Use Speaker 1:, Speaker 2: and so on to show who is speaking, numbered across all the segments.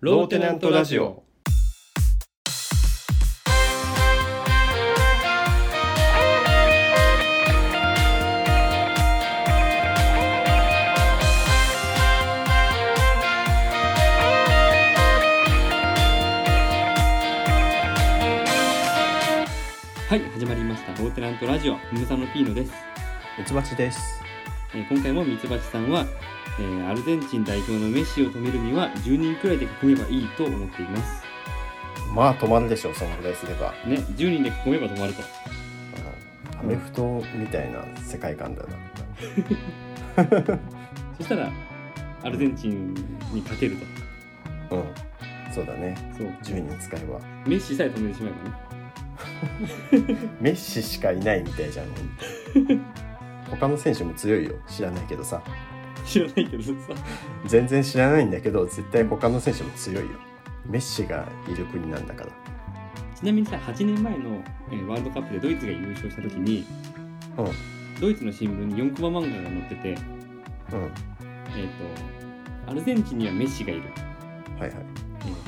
Speaker 1: ローテナントラジオ。
Speaker 2: はい始まりましたローテナントラジオムムサノピーノです、
Speaker 1: ミツバチです。
Speaker 2: えー今回もミツバチさんは、えーアルゼンチン代表のメッシを止めるには10人くらいで囲めばいいと思っています
Speaker 1: まあ止まるでしょう、そのぐらいすれば。
Speaker 2: ね10人で囲めば止まると
Speaker 1: うんアメフトみたいな世界観だな。
Speaker 2: そしたらアルゼンチンに勝てると
Speaker 1: うん。そうだね。
Speaker 2: そう
Speaker 1: 10人使えば。
Speaker 2: メッシさえ止めてしまえばね
Speaker 1: メッシしかいないみたいじゃん。本 当他の選手も強いよ。知らないけどさ。
Speaker 2: 知らないけどさ
Speaker 1: 全然知らないんだけど、絶対他の選手も強いよ。メッシがいる国なんだから。
Speaker 2: ちなみにさ8年前の、えーワールドカップでドイツが優勝した時に
Speaker 1: うん。うん。
Speaker 2: ドイツの新聞に4コマ漫画が載っててえっ、とアルゼンチンにはメッシがいる、
Speaker 1: はいはい。
Speaker 2: えー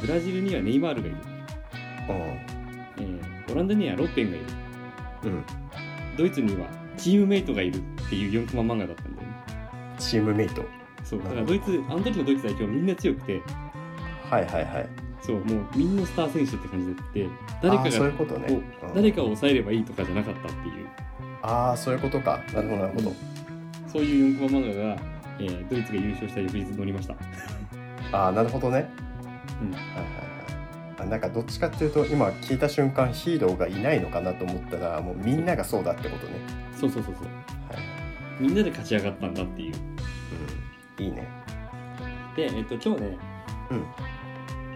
Speaker 2: ブラジルにはネイマールがいる、えーオランダにはロッペンがいる
Speaker 1: うん。うん。
Speaker 2: ドイツにはチームメイトがいるっていう4コマ漫画だったんだよね
Speaker 1: チームメイト。
Speaker 2: そうだからドイツあの時のドイツ代表みんな強くて
Speaker 1: はいはいはい。
Speaker 2: そうもうみんなスター選手って感じで誰
Speaker 1: あ
Speaker 2: か
Speaker 1: ーそう
Speaker 2: が
Speaker 1: いうことね
Speaker 2: こう。
Speaker 1: うん
Speaker 2: 誰かを抑えればいいとかじゃなかったっていう
Speaker 1: ああ、そういうことか。なるほどなるほど。
Speaker 2: そういう4コマ漫画が、えードイツが優勝した翌日載りました
Speaker 1: ああ、なるほどね。
Speaker 2: うん
Speaker 1: はいはいはい。あなんかどっちかっていうと今聞いた瞬間ヒーローがいないのかなと思ったらもうみんながそうだってことね、
Speaker 2: そうそうそうそう
Speaker 1: はい
Speaker 2: みんなで勝ち上がったんだっていう
Speaker 1: うん、いいね
Speaker 2: で、えっと今日ね、
Speaker 1: うん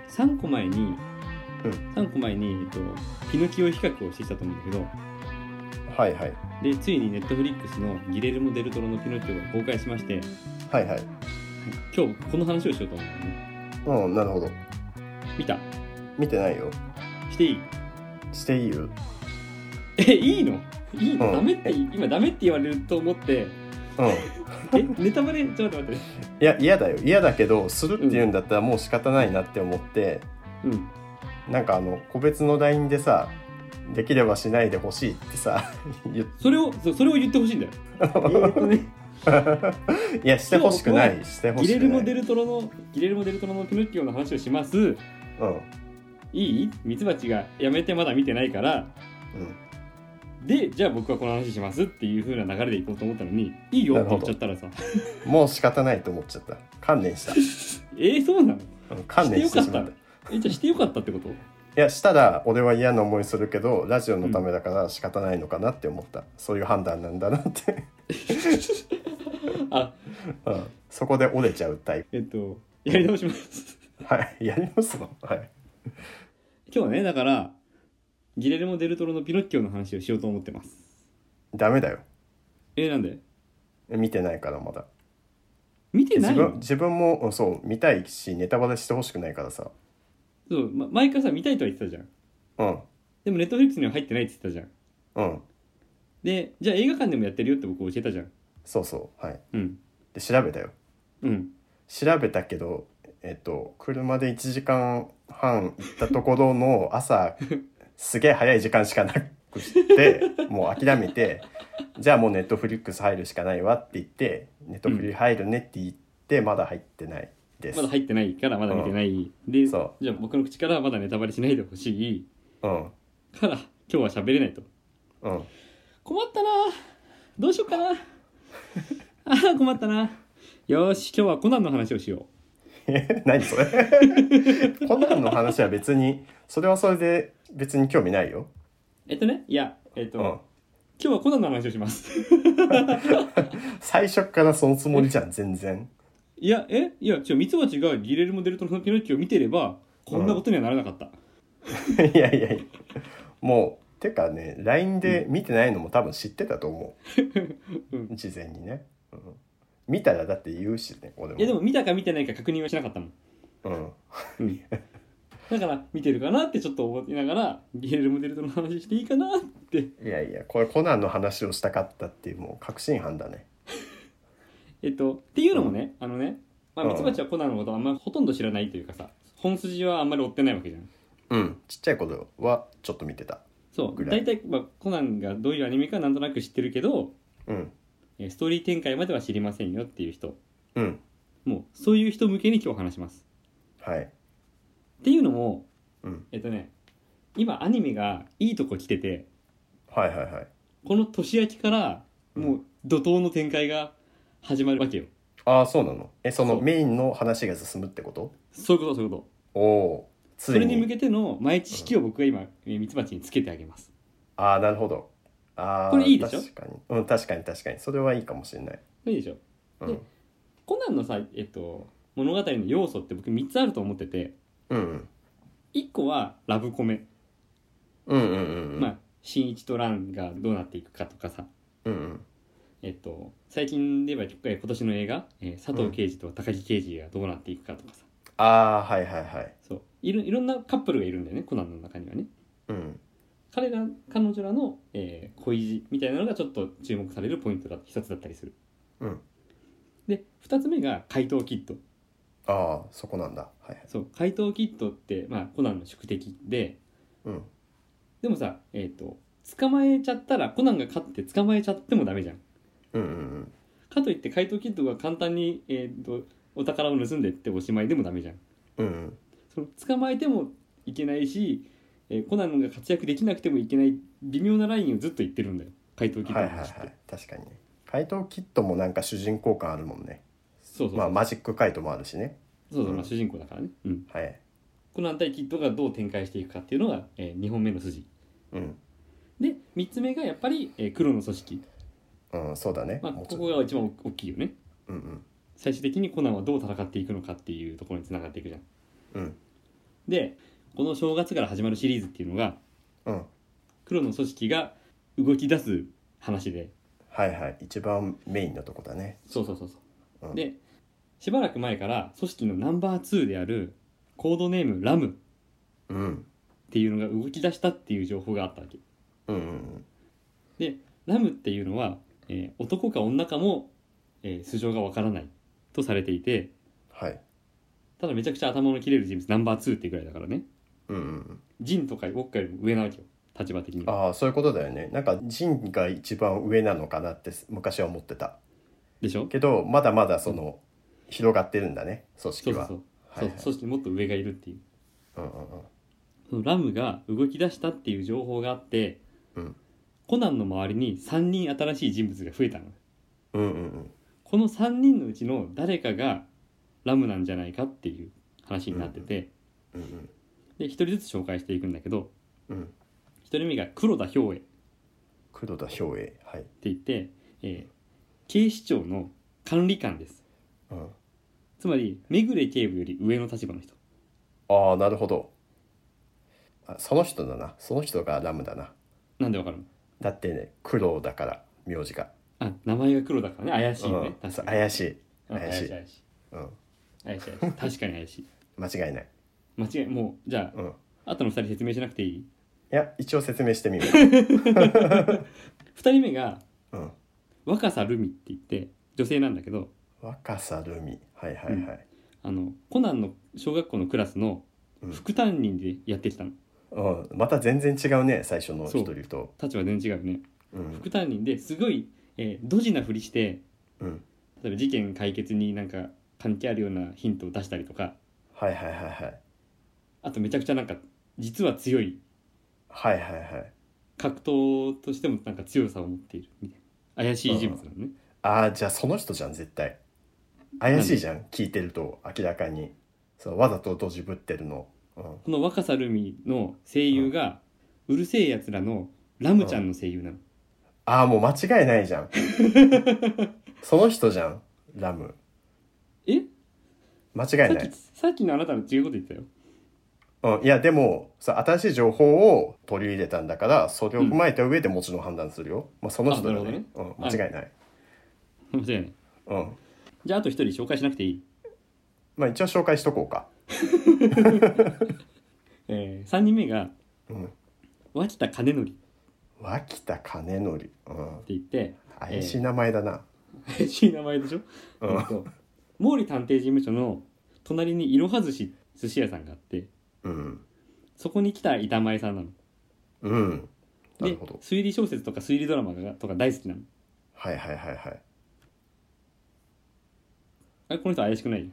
Speaker 2: 3個前に、
Speaker 1: うん
Speaker 2: 3個前に、えっと、ピノキオ比較をしてきたと思うんだけど
Speaker 1: はいはい
Speaker 2: でついにネットフリックスの「ギレルモ・デルトロのピノキオ」が公開しまして
Speaker 1: はいはい
Speaker 2: 今日この話をしようと思うんだよね
Speaker 1: うんなるほど
Speaker 2: 見た
Speaker 1: 見てないよ
Speaker 2: していい
Speaker 1: していい よ
Speaker 2: えいいのいいの、
Speaker 1: うん
Speaker 2: ダメって今ダメって言われると思って
Speaker 1: うんい
Speaker 2: えネタバレちょっと待ってね
Speaker 1: や嫌だよ嫌だけどするって言うんだったらもう仕方ないなって思って、
Speaker 2: うん
Speaker 1: なんかあの個別の LINE でさできればしないでほしいってさ 言っ
Speaker 2: それをそそれを言ってほしいんだよえっとね
Speaker 1: いやしてほしくないしてほ
Speaker 2: ギ
Speaker 1: し
Speaker 2: レ
Speaker 1: く
Speaker 2: ル
Speaker 1: な
Speaker 2: モ・
Speaker 1: い
Speaker 2: デルトロのギレルモ・デルトロのピノキオの話をします
Speaker 1: うん
Speaker 2: いいミツバチがやめてまだ見てないからでじゃあ僕はこの話しますっていう風な流れでいこうと思ったのにいいよって言っちゃったらさ
Speaker 1: うん、もう仕方ないと思っちゃった観念 した
Speaker 2: えー、そうなの
Speaker 1: うん観念してしま
Speaker 2: してよか
Speaker 1: っ
Speaker 2: ったたえじゃあしてよかったってこと
Speaker 1: いやしたら俺は嫌な思いするけどラジオのためだから仕方ないのかなって思った、そういう判断なんだな って、
Speaker 2: あ
Speaker 1: うん、そこで折れちゃうタイ
Speaker 2: えっとやり直します
Speaker 1: プはいやりますのはい
Speaker 2: 今日はねだからギレルモ・デルトロのピノッキオの話をしようと思ってます
Speaker 1: ダメだよ
Speaker 2: えー、なんで
Speaker 1: 見てないからまだ
Speaker 2: 見てな
Speaker 1: 自
Speaker 2: い
Speaker 1: 分
Speaker 2: の
Speaker 1: 自分もうんそう見たいしネタバレしてほしくないからさ
Speaker 2: そう、ま、毎回さ見たいとは言ってたじゃん
Speaker 1: うん
Speaker 2: でもネットフリックスには入ってないって言ってたじゃん
Speaker 1: うん
Speaker 2: でじゃあ映画館でもやってるよって僕教えたじゃん
Speaker 1: そうそうはい
Speaker 2: うん
Speaker 1: で調べたよ
Speaker 2: うん
Speaker 1: 調べたけどえっと車で1時間半行ったところの朝すげえ早い時間しかなくしてもう諦めてじゃあもうネットフリックス入るしかないわって言ってネットフリ入るねって言ってまだ入ってないです、
Speaker 2: まだ入ってないからまだ見てない、でじゃ
Speaker 1: そ
Speaker 2: あ僕の口からまだネタバレしないでほしいう
Speaker 1: うん
Speaker 2: から今日は喋れないと
Speaker 1: うん
Speaker 2: 困ったなどうしようかなあー困ったなよーし今日はコナンの話をしよ
Speaker 1: え何それ コナンの話は別にそれはそれで別に興味ないよ、
Speaker 2: うえっとねいやえっと、
Speaker 1: うん
Speaker 2: 今、日はコナンの話をします
Speaker 1: 最初っからそのつもりじゃん全然
Speaker 2: いやえいやちょミツバチがギレルモ・デルトロのピノッキオを見てればこんなことにはならなかっ た、
Speaker 1: いやいやいやもうてかね LINE で見てないのも多分知ってたと思う、
Speaker 2: う
Speaker 1: 事前にね、うん見たらだって言うしね俺も
Speaker 2: いやでも見たか見てないか確認はしなかったもん、
Speaker 1: うん、
Speaker 2: うん、 だから見てるかなってちょっと思いながらギレルモ・デルトロの話していいかなって
Speaker 1: いやいやこれコナンの話をしたかったっていうもう確信犯だね
Speaker 2: えっとっていうのもね、あのねまあ
Speaker 1: うん
Speaker 2: ミツバチはコナンのことあんまほとんど知らないというかさ本筋はあんまり追ってないわけじゃん
Speaker 1: うんちっちゃい頃はちょっと見てた
Speaker 2: そう
Speaker 1: ぐら
Speaker 2: 大
Speaker 1: い
Speaker 2: 体、まあ、コナンがどういうアニメかなんとなく知ってるけど
Speaker 1: うん
Speaker 2: えーストーリー展開までは知りませんよっていう人
Speaker 1: うん
Speaker 2: もうそういう人向けに今日話します
Speaker 1: はい
Speaker 2: っていうのも
Speaker 1: うん
Speaker 2: えっとね今アニメがいいとこ来てて
Speaker 1: はいはいはい
Speaker 2: この年明けから
Speaker 1: うん
Speaker 2: もう怒涛の展開が始まるわけよ
Speaker 1: ああそうなのえそ
Speaker 2: そ
Speaker 1: の
Speaker 2: う
Speaker 1: メインの話が進むってこと
Speaker 2: そういうことそういうこと
Speaker 1: おおーつ
Speaker 2: そ
Speaker 1: い
Speaker 2: れ
Speaker 1: に
Speaker 2: に向けての前知識を僕が今えーミツバチにつけてあげます
Speaker 1: ああなるほどああ
Speaker 2: これいいでしょ
Speaker 1: 確かにうん確かに確かにそれはいいかもしれない
Speaker 2: いいでしょ
Speaker 1: うん
Speaker 2: でコナンのさえっと物語の要素って僕3つあると思ってて
Speaker 1: うんうん
Speaker 2: 1個はラブコメ、
Speaker 1: うんうんうんうん
Speaker 2: まあ新一とランがどうなっていくかとかさ
Speaker 1: うんうん
Speaker 2: えっと最近で言えばえー今年の映画、えー佐藤刑事と高木刑事がどうなっていくかとかさ、
Speaker 1: ああーはいはいはい
Speaker 2: そういろいろんなカップルがいるんだよねコナンの中にはね
Speaker 1: うん
Speaker 2: 彼ら彼女らの、えー恋路みたいなのがちょっと注目されるポイントだ一つだったりする
Speaker 1: うん
Speaker 2: で2つ目が怪盗キッド
Speaker 1: ああそこなんだはいはい
Speaker 2: そう怪盗キッドって、まあ、コナンの宿敵で
Speaker 1: うん
Speaker 2: でもさえっ、と捕まえちゃったらコナンが勝って捕まえちゃってもダメじゃん
Speaker 1: うんうんうん
Speaker 2: かといって怪盗キッドが簡単に、えー、とお宝を盗んでっておしまいでもダメじゃん
Speaker 1: うんうん
Speaker 2: その捕まえてもいけないし、えーコナンが活躍できなくてもいけない微妙なラインをずっと言ってるんだよ怪盗キッド
Speaker 1: はい
Speaker 2: の
Speaker 1: はいは
Speaker 2: 話って、
Speaker 1: い確かにね怪盗キットもなんか主人公感あるもんね
Speaker 2: そうそう、
Speaker 1: まあマジックカイトもあるしね
Speaker 2: そうそう、ま
Speaker 1: う
Speaker 2: あ、
Speaker 1: ん
Speaker 2: 主人公だからね、うん、
Speaker 1: はい
Speaker 2: コナン対キッドがどう展開していくかっていうのが、え2本目の筋
Speaker 1: うん
Speaker 2: で3つ目がやっぱり、えー黒の組織、
Speaker 1: うんそうだね
Speaker 2: まあ、
Speaker 1: も
Speaker 2: こ
Speaker 1: うちょ
Speaker 2: こが一番大きいよね
Speaker 1: うんうん
Speaker 2: 最終的にコナンはどう戦っていくのかっていうところにつながっていくじゃん
Speaker 1: うん
Speaker 2: でこの正月から始まるシリーズっていうのが
Speaker 1: うん
Speaker 2: 黒の組織が動き出す話で
Speaker 1: はいはい一番メインのとこだね
Speaker 2: そうそうそうそう、
Speaker 1: うん
Speaker 2: でしばらく前から組織のナンバー2であるコードネームラムっ
Speaker 1: うん
Speaker 2: ていうのが動き出したっていう情報があったわけ
Speaker 1: うんうん
Speaker 2: ラムっていうのは、えー男か女かも、えー素性がわからないとされていて
Speaker 1: はい
Speaker 2: ただめちゃくちゃ頭の切れる人物ナンバー2ってぐらいだからね
Speaker 1: うんうん
Speaker 2: ジンとかウォッカよりも上なわけよ立場的には
Speaker 1: ああそういうことだよねなんかジンが一番上なのかなって昔は思ってた
Speaker 2: でしょ
Speaker 1: けどまだまだその広がってるんだね組
Speaker 2: そう
Speaker 1: 織
Speaker 2: そう
Speaker 1: は
Speaker 2: そう、
Speaker 1: はいはい
Speaker 2: そうそしてもっと上がいるっていう
Speaker 1: うんうんうん
Speaker 2: そのラムが動き出したっていう情報があって、
Speaker 1: うん
Speaker 2: コナンの周りに3人新しい人物が増えたの
Speaker 1: うんうんうん
Speaker 2: この3人のうちの誰かがラムなんじゃないかっていう話になってて、
Speaker 1: うんうん
Speaker 2: で1人ずつ紹介していくんだけど
Speaker 1: うん
Speaker 2: 1人目が黒田兵衛って
Speaker 1: 黒田兵衛はい
Speaker 2: 言って、えー警視庁の管理官です
Speaker 1: うん
Speaker 2: つまり目暮警部より上の立場の人
Speaker 1: ああなるほどあその人だなその人がラムだな
Speaker 2: なんでわかるの
Speaker 1: だってね苦労だから名字が、
Speaker 2: あ名前が黒だからね怪しいね、
Speaker 1: うん
Speaker 2: 確
Speaker 1: そう
Speaker 2: かに
Speaker 1: 怪しい
Speaker 2: うん
Speaker 1: 怪しい
Speaker 2: 怪しい
Speaker 1: うん
Speaker 2: 怪しい怪しい確かに怪しい
Speaker 1: 間違いない
Speaker 2: 間違いもうじゃ
Speaker 1: うんい
Speaker 2: あ後の2人説明しなくていい
Speaker 1: や一応説明してみる
Speaker 2: 2人目が
Speaker 1: うん
Speaker 2: 若さルミって言って女性なんだけど
Speaker 1: 若さるみはいはいはい
Speaker 2: あのコナンの小学校のクラスの
Speaker 1: うん
Speaker 2: 副担任でやってきたの、
Speaker 1: うん、また全然違うね最初の
Speaker 2: そう
Speaker 1: 一人と
Speaker 2: 立場全然違うよね
Speaker 1: うん
Speaker 2: 副担任ですごい、えードジなふりして
Speaker 1: うん
Speaker 2: 例えば事件解決になんか関係あるようなヒントを出したりとか
Speaker 1: はいはいはいはい
Speaker 2: あとめちゃくちゃなんか実は強い
Speaker 1: はいはいはい
Speaker 2: 格闘としてもなんか強さを持っているみたいな怪しい人物なのね
Speaker 1: ああじゃあその人じゃん絶対怪しいじゃん聞いてると明らかにそうわざとドジぶってるの、うん、
Speaker 2: この若さルミの声優がうるせえやつらのラムちゃんの声優なの
Speaker 1: ああもう間違いないじゃ んその人じゃんラム
Speaker 2: え
Speaker 1: 間違いな
Speaker 2: さっ
Speaker 1: い
Speaker 2: き、さっきのあなたの違うこと言ってたよ。
Speaker 1: うん、いやでもさ新しい情報を取り入れたんだからそれを踏まえた上でもちろん判断するよ、まあ、その人だ
Speaker 2: あなる
Speaker 1: ね、うん、間違いない、
Speaker 2: 間違いない。
Speaker 1: うん
Speaker 2: じゃあ、あと一人紹介しなくていい。
Speaker 1: まあ一応紹介しとこうか
Speaker 2: えー、3人目が、
Speaker 1: うん
Speaker 2: 脇田兼則って
Speaker 1: 脇田金則、うん、
Speaker 2: 言って、
Speaker 1: 怪しい名前だな、
Speaker 2: 怪しい名前でしょ、
Speaker 1: うん
Speaker 2: えっと毛利探偵事務所の隣にいろは寿司寿司屋さんがあって
Speaker 1: うん
Speaker 2: そこに来た板前さんなの
Speaker 1: うんな
Speaker 2: で
Speaker 1: るほど
Speaker 2: 推理小説とか推理ドラマがとか大好きなの
Speaker 1: はいはいはいはい
Speaker 2: あれこの人怪しく ない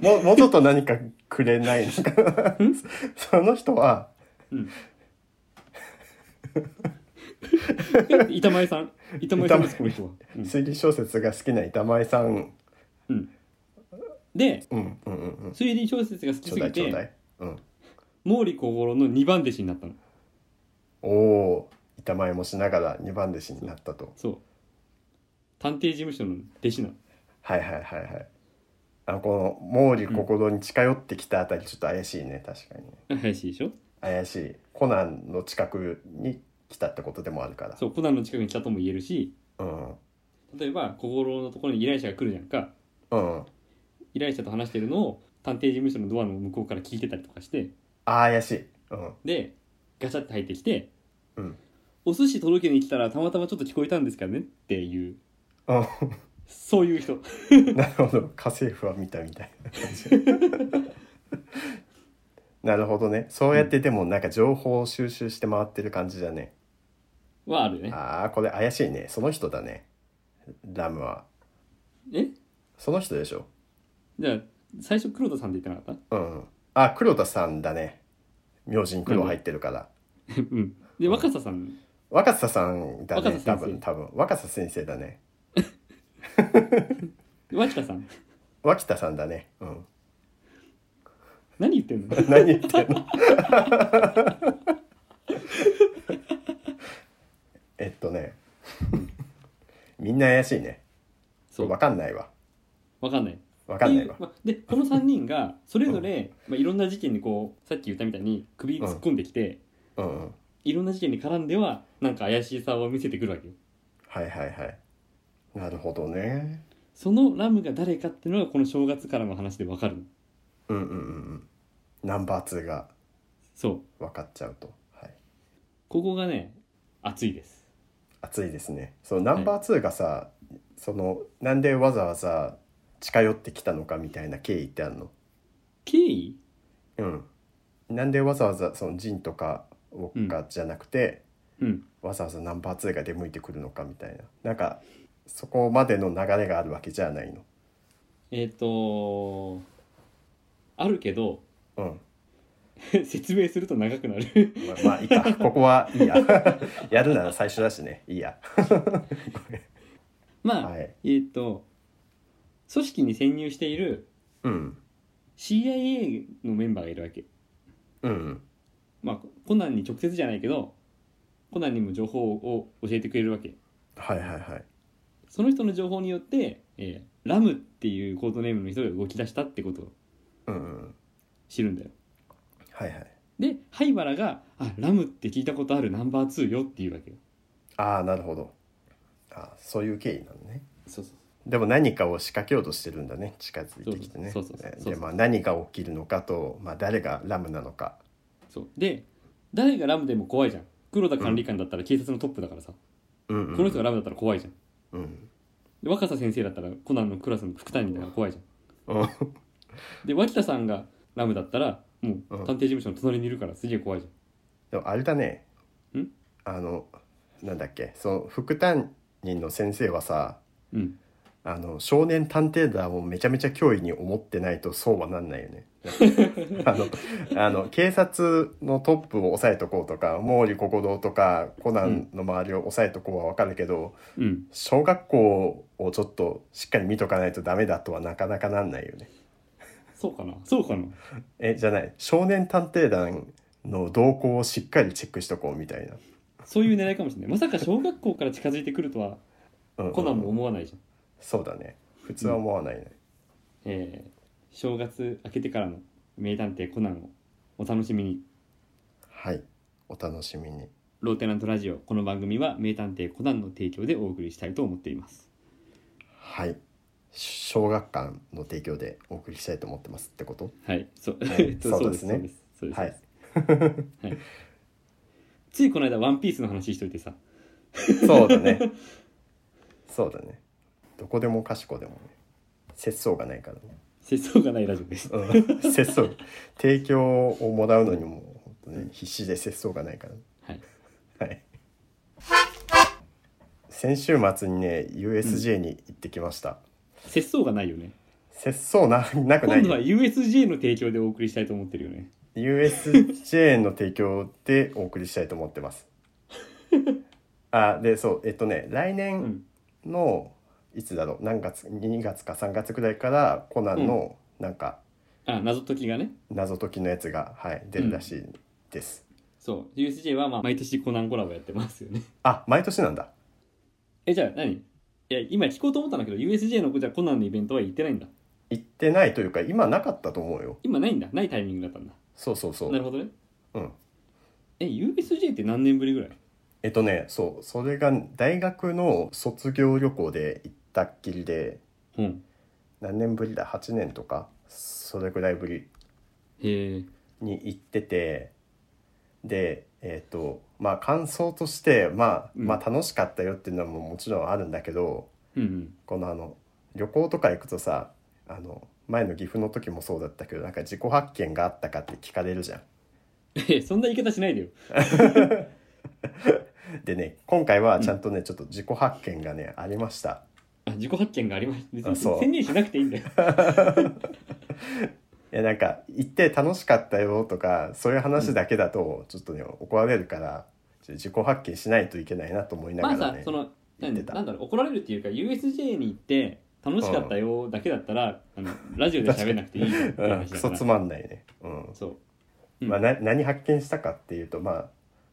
Speaker 1: もうもうちょっと何かくれないのかその人は
Speaker 2: 板前さん板前さんですこの人は、うん
Speaker 1: 推理小説が好きな板前さん
Speaker 2: で
Speaker 1: うんうんうんうん
Speaker 2: 推理小説が好き
Speaker 1: ち
Speaker 2: す
Speaker 1: ょうだ
Speaker 2: ぎ
Speaker 1: いちょうだ
Speaker 2: て
Speaker 1: いうん
Speaker 2: 毛利小五郎の2番弟子になったの
Speaker 1: おおー板前もしながら二番弟子になったと
Speaker 2: そう探偵事務所の弟子なの
Speaker 1: はいはいはいはいあのこの毛利心に近寄ってきたあたりちょっと怪しいね確かに
Speaker 2: 怪しいでしょ
Speaker 1: 怪しいコナンの近くに来たってことでもあるから
Speaker 2: そうコナンの近くに来たとも言えるし
Speaker 1: うん
Speaker 2: 例えば小五郎のところに依頼者が来るじゃんか
Speaker 1: うん
Speaker 2: 依頼者と話してるのを探偵事務所のドアの向こうから聞いてたりとかして
Speaker 1: あー怪しいうん
Speaker 2: でガチャって入ってきて「
Speaker 1: うん
Speaker 2: お寿司届けに来たらたまたまちょっと聞こえたんですかね」っていう
Speaker 1: う
Speaker 2: そういう人
Speaker 1: ん なるほど家政婦は見たみたいな感じ なるほどねそうやってでもなんか情報を収集して回ってる感じだね、
Speaker 2: はあるね
Speaker 1: ああこれ怪しいねその人だねラムは
Speaker 2: え
Speaker 1: その人でしょ
Speaker 2: じゃあ最初黒田さんって言っ てなかっ
Speaker 1: うんあ黒田さんだね明神黒入ってるから
Speaker 2: たうんで若狭さん
Speaker 1: 若狭さんだ
Speaker 2: 若
Speaker 1: ね
Speaker 2: 狭
Speaker 1: 多
Speaker 2: 先生
Speaker 1: 分多分若狭先生だね
Speaker 2: 脇田さん
Speaker 1: 脇田さんだねうん
Speaker 2: 何言っ てんの
Speaker 1: 何言ってんのえっとねみんな怪しいね
Speaker 2: そう
Speaker 1: 分かんないわ
Speaker 2: わかんない
Speaker 1: 分かんない
Speaker 2: で
Speaker 1: わ
Speaker 2: まあでこの3人がそれぞれ、まあ、いろんな事件にこうさっき言ったみたいに首突っ込んできて、
Speaker 1: うんうん
Speaker 2: いろんな事件に絡んではなんか怪しさを見せてくるわけよ
Speaker 1: はいはいはいなるほどね
Speaker 2: そのラムが誰かっていうのがこの正月からの話でわかるの
Speaker 1: うんうんうんうんナンバー2が
Speaker 2: そう
Speaker 1: 分かっちゃうとはい
Speaker 2: ここがね熱いです
Speaker 1: 熱いですねそうナンバー2がさ、そのなんでわざわざ近寄ってきたのかみたいな経緯ってあるの
Speaker 2: 経緯
Speaker 1: うんなんでわざわざそのジンとかウォッカじゃなくて、
Speaker 2: うん
Speaker 1: わざわざナンバー2が出向いてくるのかみたいななんかそこまでの流れがあるわけじゃないの
Speaker 2: えっ、とあるけど
Speaker 1: うん
Speaker 2: 説明すると長くなる
Speaker 1: ままあいいかここはいいややるなら最初だしねいいや
Speaker 2: まあ、
Speaker 1: はい
Speaker 2: えっ、と組織に潜入している
Speaker 1: うん
Speaker 2: CIA のメンバーがいるわけ
Speaker 1: うん
Speaker 2: まあコナンに直接じゃないけどコナンにも情報を教えてくれるわけ
Speaker 1: はいはいはい
Speaker 2: その人の情報によって、えーラムっていうコードネームの人が動き出したってことを
Speaker 1: うんうん
Speaker 2: 知るんだよ
Speaker 1: はいはい
Speaker 2: で灰原が「あラムって聞いたことあるナンバー2よ」っていうわけよ
Speaker 1: ああなるほどあーそういう経緯なのね
Speaker 2: そうそう
Speaker 1: でも何かを仕掛けようとしてるんだね近づいてきてね
Speaker 2: そうそうそうそうそう
Speaker 1: で、まあ、何が起きるのかと、まあ、誰がラムなのか
Speaker 2: そうで誰がラムでも怖いじゃん黒田管理官だったら警察のトップだからさ、
Speaker 1: うんうん
Speaker 2: この人がラムだったら怖いじゃん
Speaker 1: うん
Speaker 2: で若狭先生だったらコナンのクラスの副担任だから怖いじゃ
Speaker 1: うん
Speaker 2: んで脇田さんがラムだったらもう
Speaker 1: うん
Speaker 2: 探偵事務所の隣にいるからすげえ怖いじ
Speaker 1: でもあれだね
Speaker 2: ん
Speaker 1: あのなんだっけその副担任の先生はさ
Speaker 2: ゃんうん
Speaker 1: あの少年探偵団をめちゃめちゃ脅威に思ってないとそうはなんないよ ねあのあの警察のトップを押さえとこうとか毛利国道とかコナンの周りを押さえとこうは分かるけど、
Speaker 2: うん
Speaker 1: 小学校をちょっとしっかり見とかないとダメだとはなかなかなんないよね。
Speaker 2: そうかなそうかな
Speaker 1: えじゃない少年探偵団の動向をしっかりチェックしとこうみたいな。
Speaker 2: そういう狙いかもしれないまさか小学校から近づいてくるとは
Speaker 1: うんうん
Speaker 2: コナンも思わないじゃん、
Speaker 1: そうだね普通は思わないね。
Speaker 2: えー正月明けてからの名探偵コナンをお楽しみに
Speaker 1: はいお楽しみに。
Speaker 2: ローテナントラジオこの番組は名探偵コナンの提供でお送りしたいと思っています
Speaker 1: はい小学館の提供でお送りしたいと思ってますってこと
Speaker 2: はいそう、
Speaker 1: はい
Speaker 2: そう
Speaker 1: そうですね
Speaker 2: そうですそうです
Speaker 1: はい
Speaker 2: ついこの間ワンピースの話しといてさ
Speaker 1: そうだ ねそうだねどこでもかしこでもね節操がないからね
Speaker 2: 節操がないラジ オです。
Speaker 1: うん、節操提供をもらうのにも本当ね必死で節操がないから
Speaker 2: はい。
Speaker 1: はい先週末にね USJ に行ってきました、
Speaker 2: 節操がないよね。
Speaker 1: 節操ななくな
Speaker 2: 今
Speaker 1: い
Speaker 2: 度は USJ の提供でお送りしたいと思ってるよね。
Speaker 1: USJ の提供でお送りしたいと思って ます。あでそうえっとね来
Speaker 2: う
Speaker 1: 年
Speaker 2: ん。
Speaker 1: のいつだろう何月2月か3月くらいからコナンのなんか
Speaker 2: あ、謎解きがね。
Speaker 1: 謎解きのやつが、はい、出るらしいです。
Speaker 2: そう。USJ はまあ毎年コナンコラボやってますよね。
Speaker 1: あ毎年なんだ。
Speaker 2: え、じゃあ何いや、今聞こうと思ったんだけど、USJ のじゃあコナンのイベントは行ってないんだ。
Speaker 1: 行ってないというか今なかったと思うよ。
Speaker 2: 今ないんだ。ないタイミングだったんだ。
Speaker 1: そうそうそ
Speaker 2: なる
Speaker 1: う。
Speaker 2: ほどね。
Speaker 1: うん、
Speaker 2: え、USJ って何年ぶりぐらい
Speaker 1: えっとねそうそれが大学の卒業旅行で行ったっきりで
Speaker 2: うん。
Speaker 1: 何年ぶりだ8年とかそれぐらいぶり
Speaker 2: へえ。
Speaker 1: に行っててでえっ、とまあ感想として、まあ、
Speaker 2: うん
Speaker 1: まあ楽しかったよっていうのはもうもちろんあるんだけど
Speaker 2: うんうん。
Speaker 1: このあの旅行とか行くとさあの前の岐阜の時もそうだったけどなんか自己発見があったかって聞かれるじゃん。
Speaker 2: え、そんな言い方しないでよ。
Speaker 1: でね今回はちゃんとね、ちょっと自己発見がねありました。
Speaker 2: あ、自己発見がありました。別に
Speaker 1: あそう
Speaker 2: 宣言しなくていいんだよ。
Speaker 1: いやなんか行って楽しかったよとかそういう話だけだとちょっとね怒られるからちょっと自己発見しないといけないなと思いな
Speaker 2: まあ
Speaker 1: がら
Speaker 2: さ
Speaker 1: ね。
Speaker 2: その
Speaker 1: 言
Speaker 2: な
Speaker 1: っ
Speaker 2: ん
Speaker 1: て
Speaker 2: なん
Speaker 1: た
Speaker 2: だろう怒られるっていうか USJ に行って楽しかったよだけだったら、あのラジオで喋んなくていいよって
Speaker 1: うん、
Speaker 2: 話
Speaker 1: ク
Speaker 2: だか
Speaker 1: ソ
Speaker 2: ら
Speaker 1: つまんないね。うん
Speaker 2: そう、うん
Speaker 1: まあ、な何発見したかっていうとまあ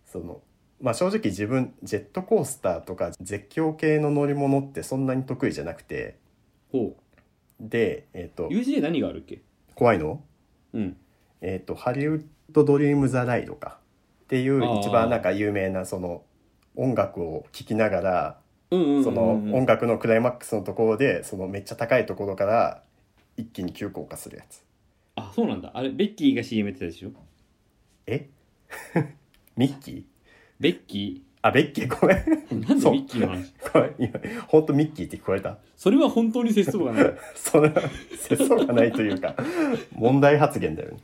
Speaker 1: その、まあ、正直自分ジェットコースターとか絶叫系の乗り物ってそんなに得意じゃなくて
Speaker 2: ほ
Speaker 1: で、えっと
Speaker 2: う USJ 何があるっけ
Speaker 1: 怖いの、
Speaker 2: うん
Speaker 1: えっとハリウッド・ドリーム・ザ・ライドかっていう
Speaker 2: あー
Speaker 1: 一番なんか有名なその音楽を聴きながら
Speaker 2: うんうんうんうん
Speaker 1: その音楽のクライマックスのところでそのめっちゃ高いところから一気に急降下するやつ。
Speaker 2: あそうなんだあれベッキーが CM やってたでしょ
Speaker 1: え ミッキー
Speaker 2: ベッキ
Speaker 1: あベッキーごめん。
Speaker 2: ーなんでベッキーの話
Speaker 1: これ今本当ミッキーって聞こえた
Speaker 2: それは本当に節操がない
Speaker 1: それは節操がないというか問題発言だよ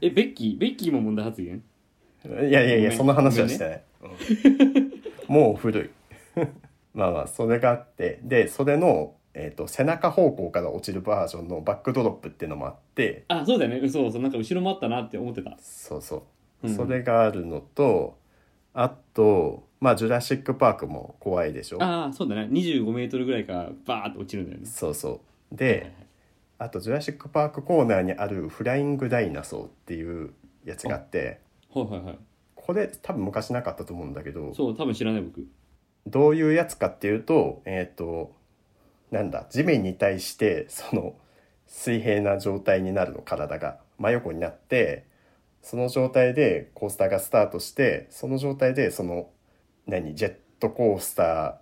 Speaker 2: えベッキーベッキーも問題発言
Speaker 1: ねいやいやい
Speaker 2: ごめ
Speaker 1: や
Speaker 2: ん
Speaker 1: その話はしてない、うんもう古い まあまあそれがあってでそれの、えー、と背中方向から落ちるバージョンのバックドロップっていうのもあって
Speaker 2: あそうだよねそうそうなんか後ろもあったなって思ってた、
Speaker 1: そうそうう、
Speaker 2: ん
Speaker 1: それがあるのとあとまあジュラシック・パークも怖いでしょ
Speaker 2: ああそうだね2 5ルぐらいからバーって落ちるんだよね
Speaker 1: そうそうで、あと「ジュラシック・パーク」コーナーにある「フライング・ダイナソー」っていうやつがあって
Speaker 2: はいはいはい
Speaker 1: これ多分昔なかったと思うんだけど
Speaker 2: そう多分知らない僕
Speaker 1: どういうやつかっていうとえっ、となんだ地面に対してその水平な状態になるの体が真横になってその状態でコースターがスタートしてその状態でその何ジェットコースタ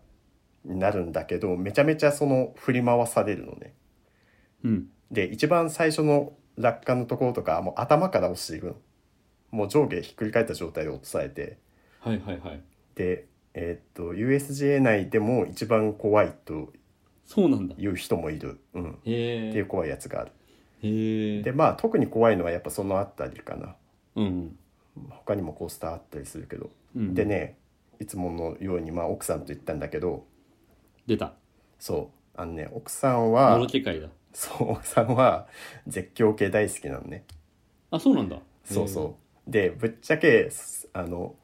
Speaker 1: ーになるんだけどめちゃめちゃその振り回されるのね。
Speaker 2: うん
Speaker 1: で一番最初の落下のところとかもう頭から落ちていくのもう上下ひっくり返った状態で落とされて
Speaker 2: はいはいはい
Speaker 1: でえーっと USJ 内でも一番怖いと
Speaker 2: そうなんだへ
Speaker 1: いう人もいる、うん、っていう
Speaker 2: え
Speaker 1: 怖いやつがある
Speaker 2: へえ
Speaker 1: でまあ特に怖いのはやっぱそのあたりかな
Speaker 2: うん
Speaker 1: 他にもコースターあったりするけど、
Speaker 2: うん
Speaker 1: でねいつものようにまあ奥さんと行ったんだけど
Speaker 2: 出た
Speaker 1: そうあのね奥さん
Speaker 2: も
Speaker 1: は
Speaker 2: ろけ会だ
Speaker 1: そう奥さんは絶叫系大好きなのね
Speaker 2: あそうなんだ
Speaker 1: そうそう。で、ぶっちゃけ、すあの、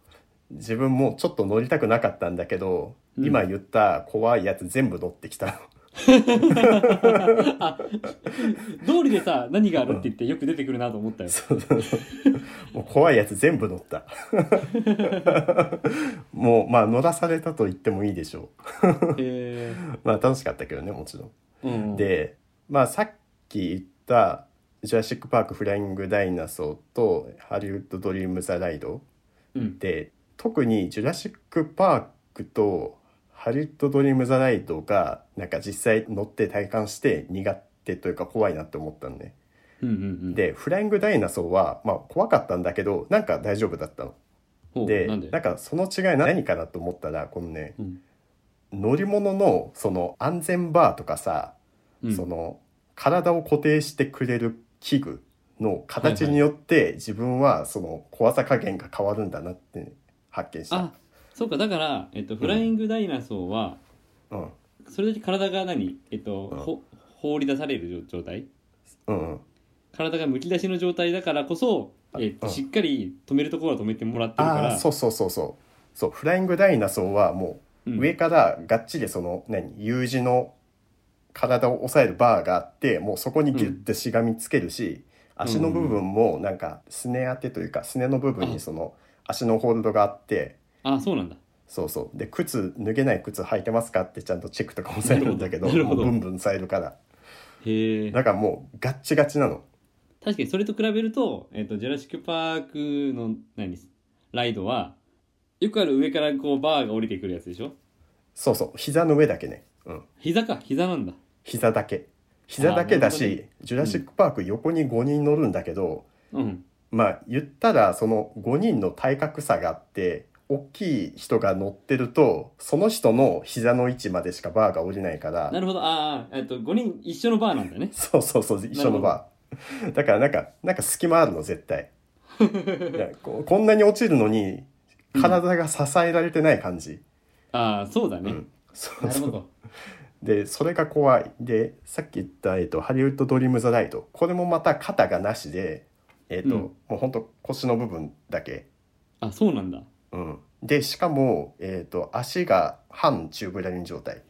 Speaker 1: 自分もちょっと乗りたくなかったんだけど、
Speaker 2: うん
Speaker 1: 今言った怖いやつ全部乗ってきたの。
Speaker 2: 道理でさ何があるって言ってよく出てくるなと思ったよ
Speaker 1: そうそうそう もう怖いやつ全部乗った。 もう、まあ乗らされたと言ってもいいでしょ
Speaker 2: へ
Speaker 1: う。まあ楽しかったけどね、もちろ
Speaker 2: えうん
Speaker 1: ん。
Speaker 2: で
Speaker 1: で、まあさっき言った、ジュラシック・パーク・フライング・ダイナソーとハリウッド・ドリーム・ザ・ライド
Speaker 2: うん
Speaker 1: で特に「ジュラシック・パーク」と「ハリウッド・ドリーム・ザ・ライド」がなんか実際乗って体感して苦手というか怖いなって思ったんで、
Speaker 2: うんうん
Speaker 1: で「フライング・ダイナソーは」まあ怖かったんだけどなんか大丈夫だったの。
Speaker 2: ほう
Speaker 1: で
Speaker 2: な
Speaker 1: なん
Speaker 2: で
Speaker 1: んかその違い何かなと思ったらこのね
Speaker 2: うん
Speaker 1: 乗り物のその安全バーとかさ、
Speaker 2: うん
Speaker 1: その体を固定してくれる器具の形によって自分はその怖さ加減が変わるんだなって発見した。
Speaker 2: あそうかだから、えっと、フライングダイナソーは、
Speaker 1: うん
Speaker 2: それだけ体が何、えっと
Speaker 1: うん
Speaker 2: ほ放り出される状状態
Speaker 1: うんうん、
Speaker 2: 体がむき出しの状態だからこそ、えっと
Speaker 1: うん
Speaker 2: しっかり止めるところは止めてもらってるか
Speaker 1: ああ
Speaker 2: ら
Speaker 1: そうそうそうそうそうフライングダイナソーはも
Speaker 2: う
Speaker 1: うん上からがっちりその何 U 字の体を押さえるバーがあってもうそこにギュッてしがみつけるし、足の部分もなんかすね当てというかすねの部分にその足のホールドがあって
Speaker 2: あそうなんだ
Speaker 1: そうそうで靴脱げない靴履いてますかってちゃんとチェックとかもされるんだけど
Speaker 2: なるほど
Speaker 1: もうブンブンされるから
Speaker 2: へえ
Speaker 1: だからもうガッチガチなの
Speaker 2: 確かにそれと比べると,、えっとジュラシック・パークの何ライドはよくある上からこうバーが降りてくるやつでしょ
Speaker 1: そうそう膝の上だけねうん
Speaker 2: 膝か膝なんだ
Speaker 1: 膝だけ膝だけだ
Speaker 2: あーなる
Speaker 1: し、ジュラシック・パーク横に5人乗るんだけど、
Speaker 2: うん
Speaker 1: まあ言ったらその5人の体格差があって大きい人が乗ってるとその人の膝の位置までしかバーが降りないから
Speaker 2: なるほどああえっと5人一緒のバーなんだね
Speaker 1: そうそうそう一緒のバーだからなんかなんか隙間あるの絶対いやここんなに落ちるのに体が支えられてない感じ、
Speaker 2: ああそうだ
Speaker 1: うん
Speaker 2: ね、
Speaker 1: そう
Speaker 2: なる
Speaker 1: そ
Speaker 2: ほ
Speaker 1: う
Speaker 2: ど
Speaker 1: でそれが怖いでさっき言った、えっと、ハリウッド・ドリーム・ザ・ライトこれもまた肩がなしで、えっと
Speaker 2: うん
Speaker 1: もうほんと腰の部分だけ、
Speaker 2: あそうなんだ
Speaker 1: うん、でしかも、えっと足が半チューブラリン状態、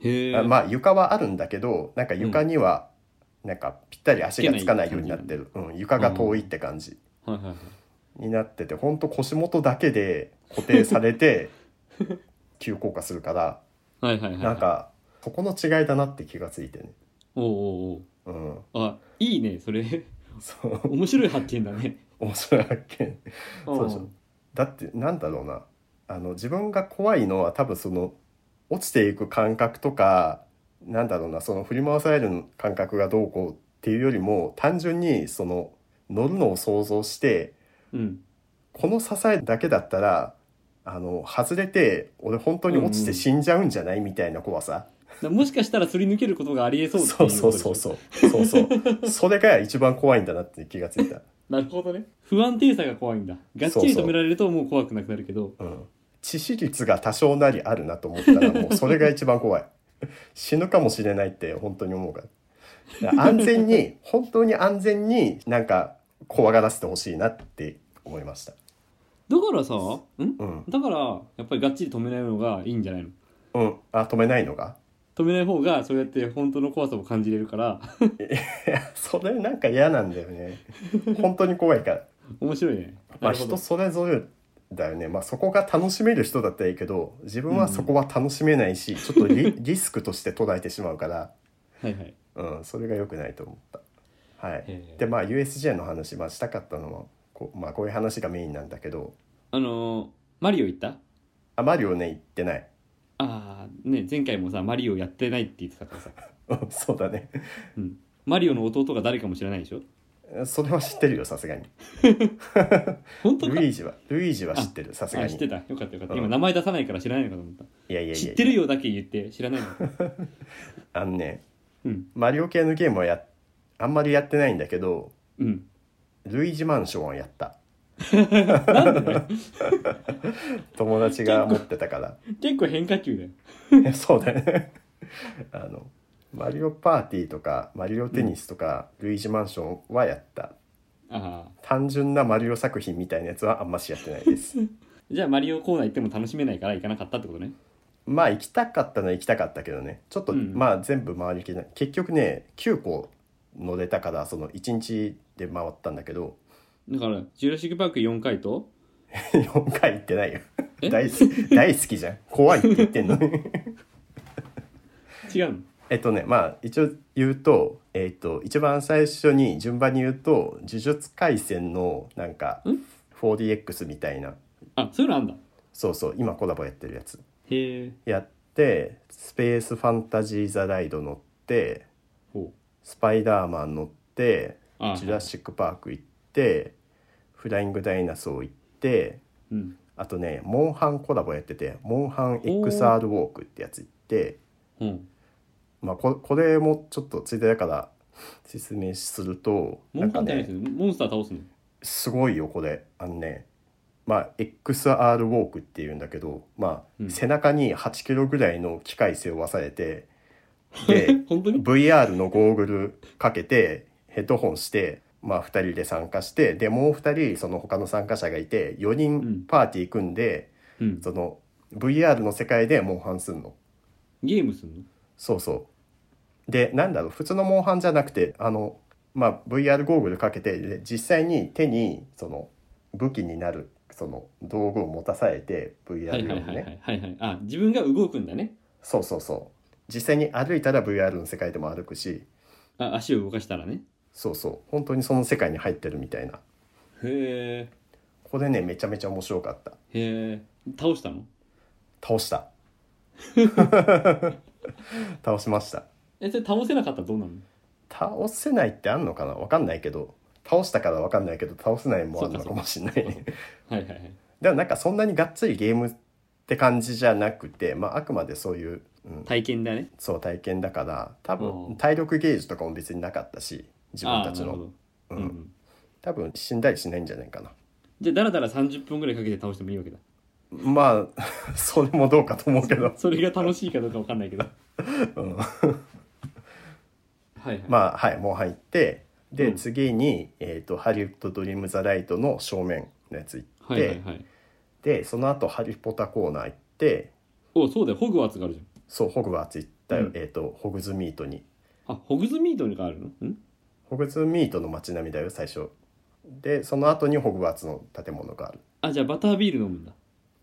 Speaker 2: へえ
Speaker 1: あまあ床はあるんだけどなんか床には、なんかぴったり足がつかないようになってる、うん、床が遠いって感じ
Speaker 2: はいはいはい
Speaker 1: になってて、ほんと腰元だけで固定され て急降下するから
Speaker 2: はいはいはいはい
Speaker 1: なんかそこの違いだなって気がついてね。
Speaker 2: おうおう
Speaker 1: うん、
Speaker 2: おうあいいねそれ
Speaker 1: そう
Speaker 2: 面白い発見だね
Speaker 1: 面白い発見そうでしょだってなんだろうなあの自分が怖いのは多分その落ちていく感覚とかなんだろうなその振り回される感覚がどうこうっていうよりも単純にその乗るのを想像して
Speaker 2: うん
Speaker 1: この支えだけだったらあの外れて俺本当に落ちて死んじゃうんじゃない、みたいな怖さ
Speaker 2: だもしかしたらすり抜けることがありえそうって
Speaker 1: そ
Speaker 2: いうう
Speaker 1: そ
Speaker 2: こと
Speaker 1: う
Speaker 2: でし
Speaker 1: そ
Speaker 2: ょ
Speaker 1: うそうそうそうそれが一番怖いんだなって気がついた。
Speaker 2: なるほどね不安定さが怖いんだがっちり止められるともう怖くなくなるけど
Speaker 1: うん致死率が多少なりあるなと思ったらもうそれが一番怖い 死ぬかもしれないって本当に思うからだから安全に本当に安全になんか怖がらせてほしいなって思いました
Speaker 2: だからさん
Speaker 1: うん
Speaker 2: だからやっぱりがっちり止めないのがいいんじゃないの
Speaker 1: うんあ止めないのが
Speaker 2: 止めない方がそうやって本当の怖さを感じれるから
Speaker 1: それなんか嫌なんだよね本当に怖いから
Speaker 2: 面白いね
Speaker 1: ま
Speaker 2: な
Speaker 1: あ
Speaker 2: るほど
Speaker 1: 人それぞれだよねまあそこが楽しめる人だったらいいけど自分はそこは楽しめないし、ちょっとリ リスクとして捉えてしまうから
Speaker 2: はいはい
Speaker 1: うん、それが良くないと思った。はい
Speaker 2: へ、ー
Speaker 1: でまあ USJ の話、まあ、したかったのはこう,、まあ、こういう話がメインなんだけど
Speaker 2: あのーマリオ行った
Speaker 1: あマリオね行ってない
Speaker 2: ああね前回もさマリオやってないって言ってたからさ
Speaker 1: うんそうだね
Speaker 2: うんマリオの弟が誰かも知らないでしょ
Speaker 1: それは知ってるよさすがに
Speaker 2: 本当か
Speaker 1: ルイージはルイージは知ってるさすが
Speaker 2: あ
Speaker 1: に
Speaker 2: 知ってたよかったよかった、
Speaker 1: うん
Speaker 2: 今名前出さないから知らないのかと思った
Speaker 1: いやいやいや
Speaker 2: 知ってるよだけ言って知らないの
Speaker 1: あのね
Speaker 2: うん
Speaker 1: マリオ系のゲームはやあんまりやってないんだけど
Speaker 2: うん
Speaker 1: ルイージマンションはやった
Speaker 2: なんでだよ
Speaker 1: 友達が持ってたから
Speaker 2: 結構変化球だよ
Speaker 1: そうだねあのマリオパーティーとかマリオテニスとか、ルイージマンションはやった
Speaker 2: ああ
Speaker 1: 単純なマリオ作品みたいなやつはあんましやってないです
Speaker 2: じゃあマリオコーナー行っても楽しめないから行かなかったってことね
Speaker 1: まあ行きたかったのは行きたかったけどねちょっと、
Speaker 2: うん
Speaker 1: まあ全部回りきれない結局ね9個乗れたからその1日で回ったんだけど
Speaker 2: だから「ジュラシック・パーク」4回と
Speaker 1: 4回行ってないよ
Speaker 2: え
Speaker 1: 大好き大好きじゃん怖いって言っ てんのに
Speaker 2: 違うの
Speaker 1: えっとねまあ一応言うとえっと一番最初に順番に言うと「呪術廻戦」のなんか
Speaker 2: ん
Speaker 1: 4DX みたいな
Speaker 2: あそういうのあんだ
Speaker 1: そうそう今コラボやってるやつ
Speaker 2: へえ
Speaker 1: やってスペースファンタジー・ザ・ライド乗って
Speaker 2: ほう
Speaker 1: スパイダーマン乗って
Speaker 2: あ
Speaker 1: ジュラシック・パーク行ってフライング・ダイナソー行って
Speaker 2: うん
Speaker 1: あとねモンハンコラボやっててモンハン XR ウォークってやつ行って
Speaker 2: うん
Speaker 1: まあここれもちょっとついでだから説明すると
Speaker 2: モ
Speaker 1: なん
Speaker 2: ン
Speaker 1: か
Speaker 2: ハンじゃない
Speaker 1: ね
Speaker 2: ですよモンスター倒すの
Speaker 1: すごいよこれあのねまあ XR ウォークっていうんだけどまあ、
Speaker 2: うん
Speaker 1: 背中に8キロぐらいの機械背負わされてで
Speaker 2: 本当に
Speaker 1: VR のゴーグルかけてヘッドホンして、まあ、2人で参加してでもう2人その他の参加者がいて4
Speaker 2: うん
Speaker 1: 人パーティー組んで、
Speaker 2: うん
Speaker 1: その VR の世界でモンハンすんの
Speaker 2: ゲームするの
Speaker 1: そうそうでなんだろう普通のモンハンじゃなくてあの、まあ、VR ゴーグルかけてで実際に手にその武器になるその道具を持たされて VR
Speaker 2: はい
Speaker 1: 用
Speaker 2: は
Speaker 1: に
Speaker 2: いはいはい
Speaker 1: ね
Speaker 2: はいはいあ自分が動くんだね
Speaker 1: そうそうそう実際に歩いたら VR の世界でも歩くし
Speaker 2: あ足を動かしたらね
Speaker 1: そうそう本当にその世界に入ってるみたいな
Speaker 2: へ
Speaker 1: これねめちゃめちゃ面白かった
Speaker 2: えへえ倒したの
Speaker 1: 倒した 倒しました
Speaker 2: えそれ倒せなかったらどうなるの
Speaker 1: 倒せないってあんのかなわかんないけど倒したからわかんないけど倒せないもあるのかもしれない
Speaker 2: そうかそう
Speaker 1: ね
Speaker 2: はいはいはい
Speaker 1: でもなんかそんなにがっつりゲームって感じじゃなくてまああくまでそういう、うん、
Speaker 2: 体験だね
Speaker 1: そう体験だから多
Speaker 2: うん
Speaker 1: 分体力ゲージとかも別になかったし自分たち
Speaker 2: あーなる
Speaker 1: の
Speaker 2: ほ
Speaker 1: う
Speaker 2: ど、
Speaker 1: ん
Speaker 2: うんうん、
Speaker 1: 多分死んだりしないんじゃないかな
Speaker 2: じゃあだらだら30分ぐらいかけて倒してもいいわけだ
Speaker 1: まあ それもどうかと思うけど、
Speaker 2: それが楽しいかどうかわかんないけどは
Speaker 1: うん
Speaker 2: いはい、
Speaker 1: まあはいもう入ってで、
Speaker 2: うん
Speaker 1: 次に、えーと「ハリウッド・ドリーム・ザ・ライト」の正面のやつ行って、
Speaker 2: はいはいはい
Speaker 1: でその後ハリポタコーナー行って
Speaker 2: おそうだよホグワーツがあるじ
Speaker 1: そうホグワーツ行ったよ、
Speaker 2: うん
Speaker 1: えっ、とホグズミートに
Speaker 2: ゃんあホグズミートがあるのん
Speaker 1: ホグズミートの街並みだよ最初でその後にホグワーツの建物がある
Speaker 2: あじゃあバタービール飲むんだ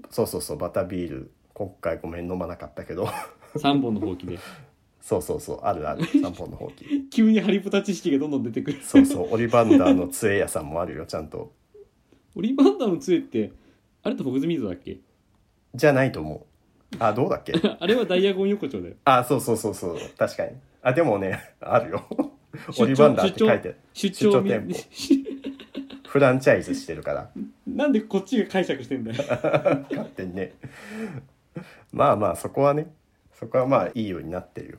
Speaker 1: そうそうそうバタービール今回ごめん飲まなかったけど
Speaker 2: 3本のほうきで
Speaker 1: そうそうそうあるある3本のほうき
Speaker 2: 急にハリポタ知識がどんどん出てくる
Speaker 1: そうそうオリバンダーの杖屋さんもあるよちゃんと
Speaker 2: オリバンダーの杖ってあれってホグズミートだっけ
Speaker 1: じゃないと思うあどうだっけ
Speaker 2: あれはダイヤゴン横丁だよ
Speaker 1: あそうそうそうそう確かにあでもね あるよ
Speaker 2: 出張
Speaker 1: オリバンダーって書いて
Speaker 2: 出張
Speaker 1: 出張
Speaker 2: み
Speaker 1: フランチャイズしてるから
Speaker 2: なんでこっちが解釈してんだよ
Speaker 1: 勝手にねまあまあそこはねそこはまあいいようになってるよ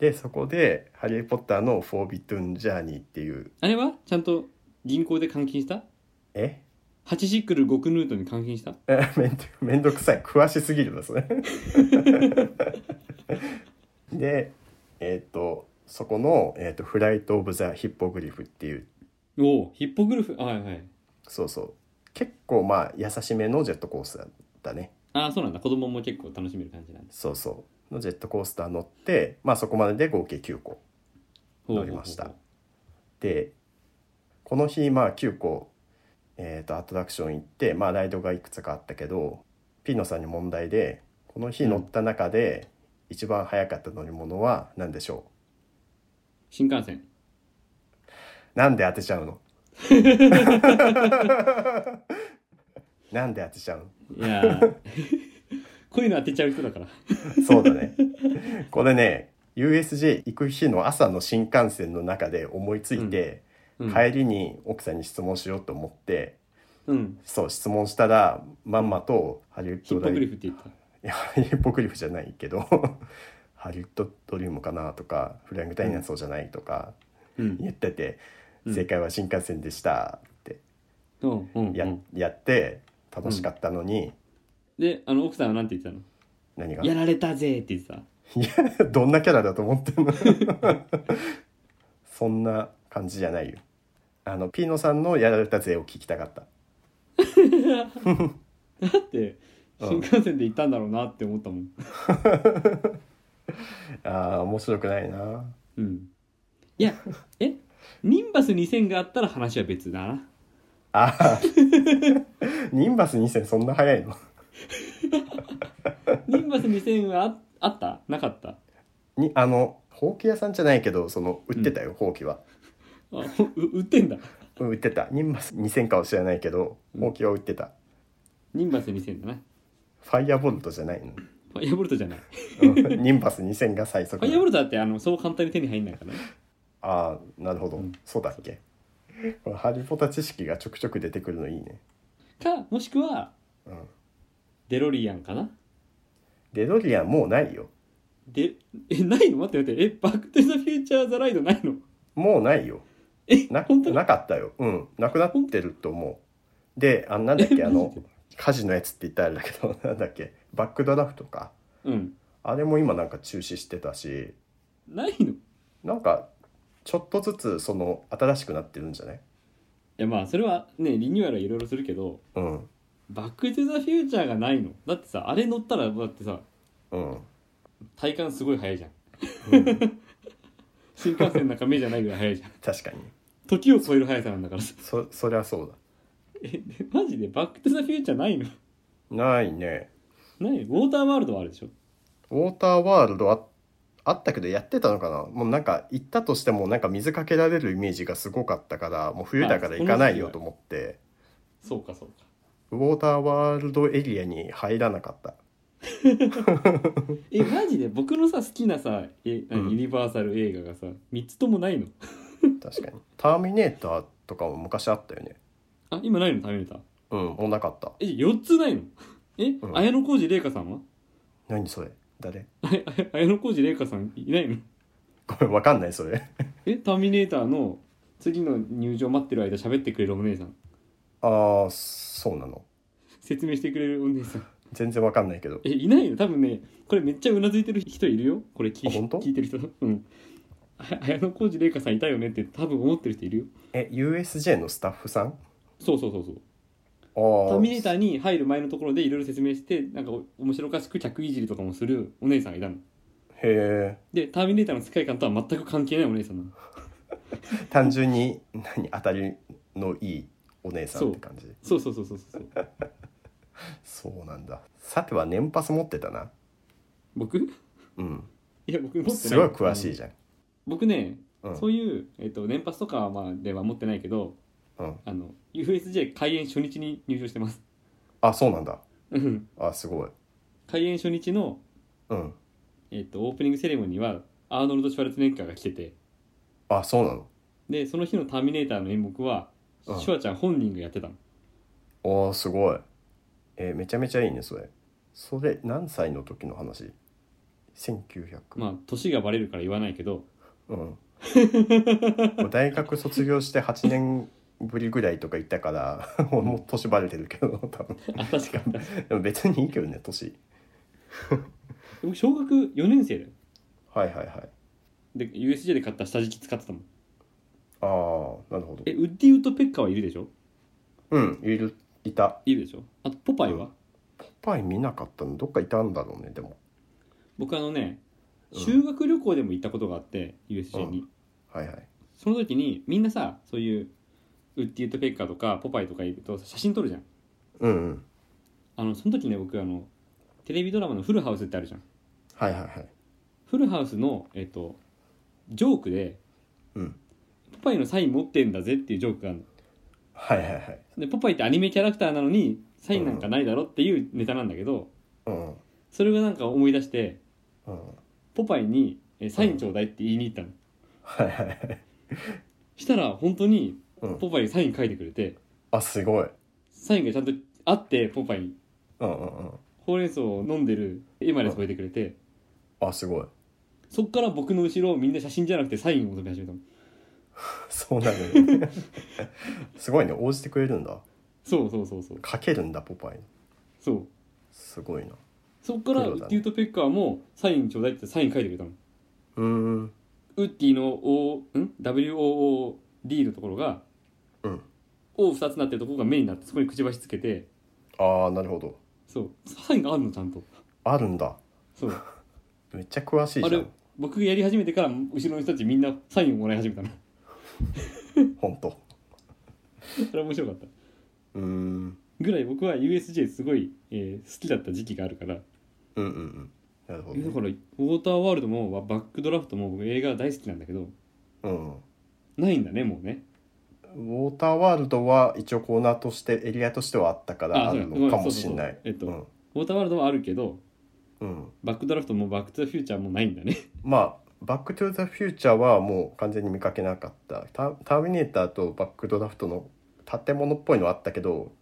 Speaker 1: でそこで「ハリー・ポッターのフォービトゥン・ジャーニー」っていう
Speaker 2: あれはちゃんと銀行で換金した
Speaker 1: え
Speaker 2: 8シックル5クヌートに換金した
Speaker 1: えめんどめんどくさい詳しすぎるなそれでえっ、とそこの、えーと「フライト・オブ・ザ・ヒッポグリフ」っていう
Speaker 2: おおヒッポグルフあはいはい
Speaker 1: そうそう結構まあ優しめのジェットコースターだね
Speaker 2: あそうなんだ子供も結構楽しめる感じなんだ
Speaker 1: そうそうのジェットコースター乗ってまあそこまでで合計9個
Speaker 2: ほうほうほう
Speaker 1: 乗りましたでこの日まあ9個、えー、とアトラクション行って、まあ、ライドがいくつかあったけどピノさんに問題でこの日乗った中で一番早かった乗り物は何でしょ
Speaker 2: 新幹線
Speaker 1: うなんで当てちゃうの なんで当てちゃう
Speaker 2: いや ーこういうの当てちゃう人だから
Speaker 1: のそうだねこれね USJ 行く日の朝の新幹線の中で思いついて、
Speaker 2: うん、
Speaker 1: 帰りに奥さんに質問しようと思って、
Speaker 2: うん、
Speaker 1: そう質問したらまんまとハリウッ
Speaker 2: ヒ
Speaker 1: ド
Speaker 2: ッポ
Speaker 1: ラ
Speaker 2: グリ
Speaker 1: イ
Speaker 2: フって言った
Speaker 1: いやヒッポグリフじゃないけど ハリウッドドリームかなとかフライングダイナソーじゃないとか
Speaker 2: うん
Speaker 1: 言ってて、
Speaker 2: うん
Speaker 1: 正解は新幹線でしたって
Speaker 2: うんうん
Speaker 1: や,、
Speaker 2: うん
Speaker 1: やって楽しかったのに、
Speaker 2: であの奥さんはなんて言ってた
Speaker 1: 何が
Speaker 2: のやられたぜって言ってた
Speaker 1: どんなキャラだと思ってんの そんな感じじゃないよあのピーノさんのやられた税を聞きたかった
Speaker 2: だって
Speaker 1: うん
Speaker 2: 新幹線で行ったんだろうなって思ったもん
Speaker 1: あー面白くないな
Speaker 2: うんいやえニンバス2000があったら話は別だな
Speaker 1: あー ニンバス2000そんな早いの
Speaker 2: ニンバス2000はああったなかった
Speaker 1: にあのほうき屋さんじゃないけどその売ってたよ、ほうきは
Speaker 2: あほう売ってんだ
Speaker 1: うん売ってたニンバス2000かは知らないけど
Speaker 2: うん
Speaker 1: ほうきは売ってた、
Speaker 2: ニンバス2000だな
Speaker 1: ファイアボルトじゃ ないの
Speaker 2: ファイアボルトじゃないフ
Speaker 1: うんニンバス2000が最速
Speaker 2: ァイアボルトだってあのそう簡単に手に入んないからね
Speaker 1: ああなるほど、
Speaker 2: うん
Speaker 1: そうだっけこれハリポタ知識がちょくちょく出てくるのいいね、
Speaker 2: かもしくは
Speaker 1: うん、
Speaker 2: デロリアンかな
Speaker 1: デロリアンもうないよ
Speaker 2: でえないの待って待ってえバック・トゥ・ザ・フューチャー・ザ・ライドないの
Speaker 1: もうないよ
Speaker 2: え
Speaker 1: な
Speaker 2: 本当に
Speaker 1: なかったようんなくなってると思うであなんだっけあの火事のやつって言ったらあれだけど なんだっけバックドラフトか
Speaker 2: うん
Speaker 1: あれも今なんか中止してたし
Speaker 2: ないのい
Speaker 1: なんかちょっとずつその新しくなってるんじゃない
Speaker 2: やまあそれはねリニューアルはいろいろするけど
Speaker 1: うん
Speaker 2: バック・トゥ・ザ・フューチャーがないのだってさあれ乗ったらだってさ
Speaker 1: うん
Speaker 2: 体感すごい速いじゃん新幹線なんか目じゃないぐらい速いじゃん
Speaker 1: 確かに
Speaker 2: 時を超える速さなんだからさ
Speaker 1: そそりゃそう
Speaker 2: えでマジでバック・トゥ・ザ・フューチャーないの
Speaker 1: だないね
Speaker 2: ないウォーターワールドはあるでしょ
Speaker 1: ウォーターワールドああったけどやってたのかなもうなんか行ったとしてもなんか水かけられるイメージがすごかったからもう冬だから行かないよと思って
Speaker 2: そうかそうか
Speaker 1: ウォーターワールドエリアに入らなかった
Speaker 2: えマジで僕のさ好きなさえ何
Speaker 1: うん
Speaker 2: ユニバーサル映画がさ3つともないの
Speaker 1: 確かに「ターミネーター」とかも昔あったよね
Speaker 2: あ今ないの食べれた
Speaker 1: うんもうなかった
Speaker 2: え4つないのえ、
Speaker 1: ん
Speaker 2: 綾小路玲香さんは
Speaker 1: 何それ誰
Speaker 2: ああ綾小路玲香さんいないの
Speaker 1: ごめんわかんないそれ
Speaker 2: えターミネーターの次の入場待ってる間喋ってくれるお姉さん
Speaker 1: ああそうなの
Speaker 2: 説明してくれるお姉さん
Speaker 1: 全然わかんないけど
Speaker 2: えいないの多分ねこれめっちゃうなずいてる人いるよこれ聞い
Speaker 1: あ本当
Speaker 2: 聞いてる人うんあ綾小路玲香さんいたよねって多分思ってる人いるよ
Speaker 1: え USJ のスタッフさん
Speaker 2: そうそうそうそう
Speaker 1: あ
Speaker 2: タ
Speaker 1: あ
Speaker 2: ーミネーターに入る前のところでいろいろ説明してなんかお面白おかしく客いじりとかもするお姉さんがいたの
Speaker 1: へ
Speaker 2: でターミネーターの世界観とは全く関係ないお姉さんなの
Speaker 1: え単純に何当たりのいいお姉さんって感じ
Speaker 2: そうそうそうそうそうそう
Speaker 1: そうなんださては年パス持ってたな
Speaker 2: 僕 い
Speaker 1: うん
Speaker 2: や僕持ってない
Speaker 1: すごい詳しい
Speaker 2: ゃん
Speaker 1: じゃん
Speaker 2: 僕ね、
Speaker 1: うん
Speaker 2: そういう、えっと年パスとかはまあでは持ってないけど
Speaker 1: うん
Speaker 2: あの USJ 開園初日に入場してます
Speaker 1: あそうなんだ
Speaker 2: うん
Speaker 1: あすごい
Speaker 2: 開園初日の、
Speaker 1: うん
Speaker 2: えっとオープニングセレモニーはアーノルド・シュワルツェネッガーが来てて
Speaker 1: あそうなの
Speaker 2: でその日の「ターミネーター」の演目は
Speaker 1: うん
Speaker 2: シュワちゃん本人がやってたの
Speaker 1: おーすごいえーめちゃめちゃいいねそれそれ何歳の時の話 ?1900、
Speaker 2: まあ年がバレるから言わないけ ど
Speaker 1: うんもう大学卒業して8年ぶりぐらいとか行ったから もうもう年バレてるけど多分
Speaker 2: あ確かに
Speaker 1: でも別にいいけどね年
Speaker 2: 僕小学4年生だよ
Speaker 1: はいはいはい
Speaker 2: で USJ で買った下敷き使ってたもん
Speaker 1: ああなるほど
Speaker 2: えウッディ・ウッドペッカーはいるでしょ
Speaker 1: うんいるいた
Speaker 2: いるでしょあとポパイは、
Speaker 1: パイ見なかったのどっかいたんだろうねでも
Speaker 2: 僕あのね
Speaker 1: うん
Speaker 2: 修学旅行でも行ったことがあって、USJ に、
Speaker 1: はいはい
Speaker 2: その時にみんなさそういうウッディ・ウッドペッカーとかポパイとかいると写真撮るじゃん
Speaker 1: うんうん
Speaker 2: あのその時ね僕あのテレビドラマの「フルハウス」ってあるじゃん
Speaker 1: はいはいはい
Speaker 2: フルハウスのえっとジョークで
Speaker 1: うん
Speaker 2: ポパイのサイン持ってんだぜっていうジョークがあるの
Speaker 1: はいはいはい
Speaker 2: でポパイってアニメキャラクターなのにサインなんかないだろっていうネタなんだけど、
Speaker 1: うん
Speaker 2: それがなんか思い出して
Speaker 1: うん
Speaker 2: ポパイにえ「サインちょうだい」って言いに行ったの、
Speaker 1: はいはいはい
Speaker 2: したら本当に
Speaker 1: うん
Speaker 2: ポパイサイン書いてくれて
Speaker 1: あすごい
Speaker 2: サインがちゃんとあってポパイに
Speaker 1: うんうんうん
Speaker 2: ほうれん草を飲んでる絵まで添えてくれて
Speaker 1: あすごい
Speaker 2: そっから僕の後ろをみんな写真じゃなくてサインを求め始めたの
Speaker 1: そうなる、ね、 すごいね応じてくれるんだ
Speaker 2: そうそうそうそう
Speaker 1: かけるんだポパイ
Speaker 2: そう
Speaker 1: すごいな
Speaker 2: そっからウ
Speaker 1: 黒
Speaker 2: ッ
Speaker 1: だね
Speaker 2: ディとペッカーもサインちょうだいってサイン書いてくれたの
Speaker 1: うーん
Speaker 2: ウッディの O ん WOOD のところが
Speaker 1: うん
Speaker 2: O2 つなってるところが目になってそこにくちばしつけて
Speaker 1: ああなるほど
Speaker 2: そうサインがあるのちゃんと
Speaker 1: あるんだ
Speaker 2: そう
Speaker 1: めっちゃ詳しい
Speaker 2: あ
Speaker 1: じゃ
Speaker 2: れ
Speaker 1: ん
Speaker 2: 僕がやり始めてから後ろの人たちみんなサインをもらい始めたの
Speaker 1: ほんと
Speaker 2: それ面白かった
Speaker 1: うーん
Speaker 2: ぐらい僕は USJ すごい、えー好きだった時期があるから、
Speaker 1: うんうんうんなるほど、
Speaker 2: だ
Speaker 1: ね、
Speaker 2: からウォーターワールドもババックドラフトも僕映画大好きなんだけど
Speaker 1: うん
Speaker 2: ないんだねもうね
Speaker 1: ウォーターワールドは一応コーナーとしてエリアとしてはあったからあ
Speaker 2: そうだ
Speaker 1: るのかもしれない
Speaker 2: ごめんそ
Speaker 1: う
Speaker 2: うそうそうんえっと、ウォーターワールドはあるけど
Speaker 1: うん
Speaker 2: バックドラフトもバック・トゥ・ザ・フューチャーもないんだね
Speaker 1: まあ「バック・トゥ・ザ・フューチャー」はもう完全に見かけなかったタ「ターミネーター」と「バック・ドラフト」の建物っぽいのはあったけど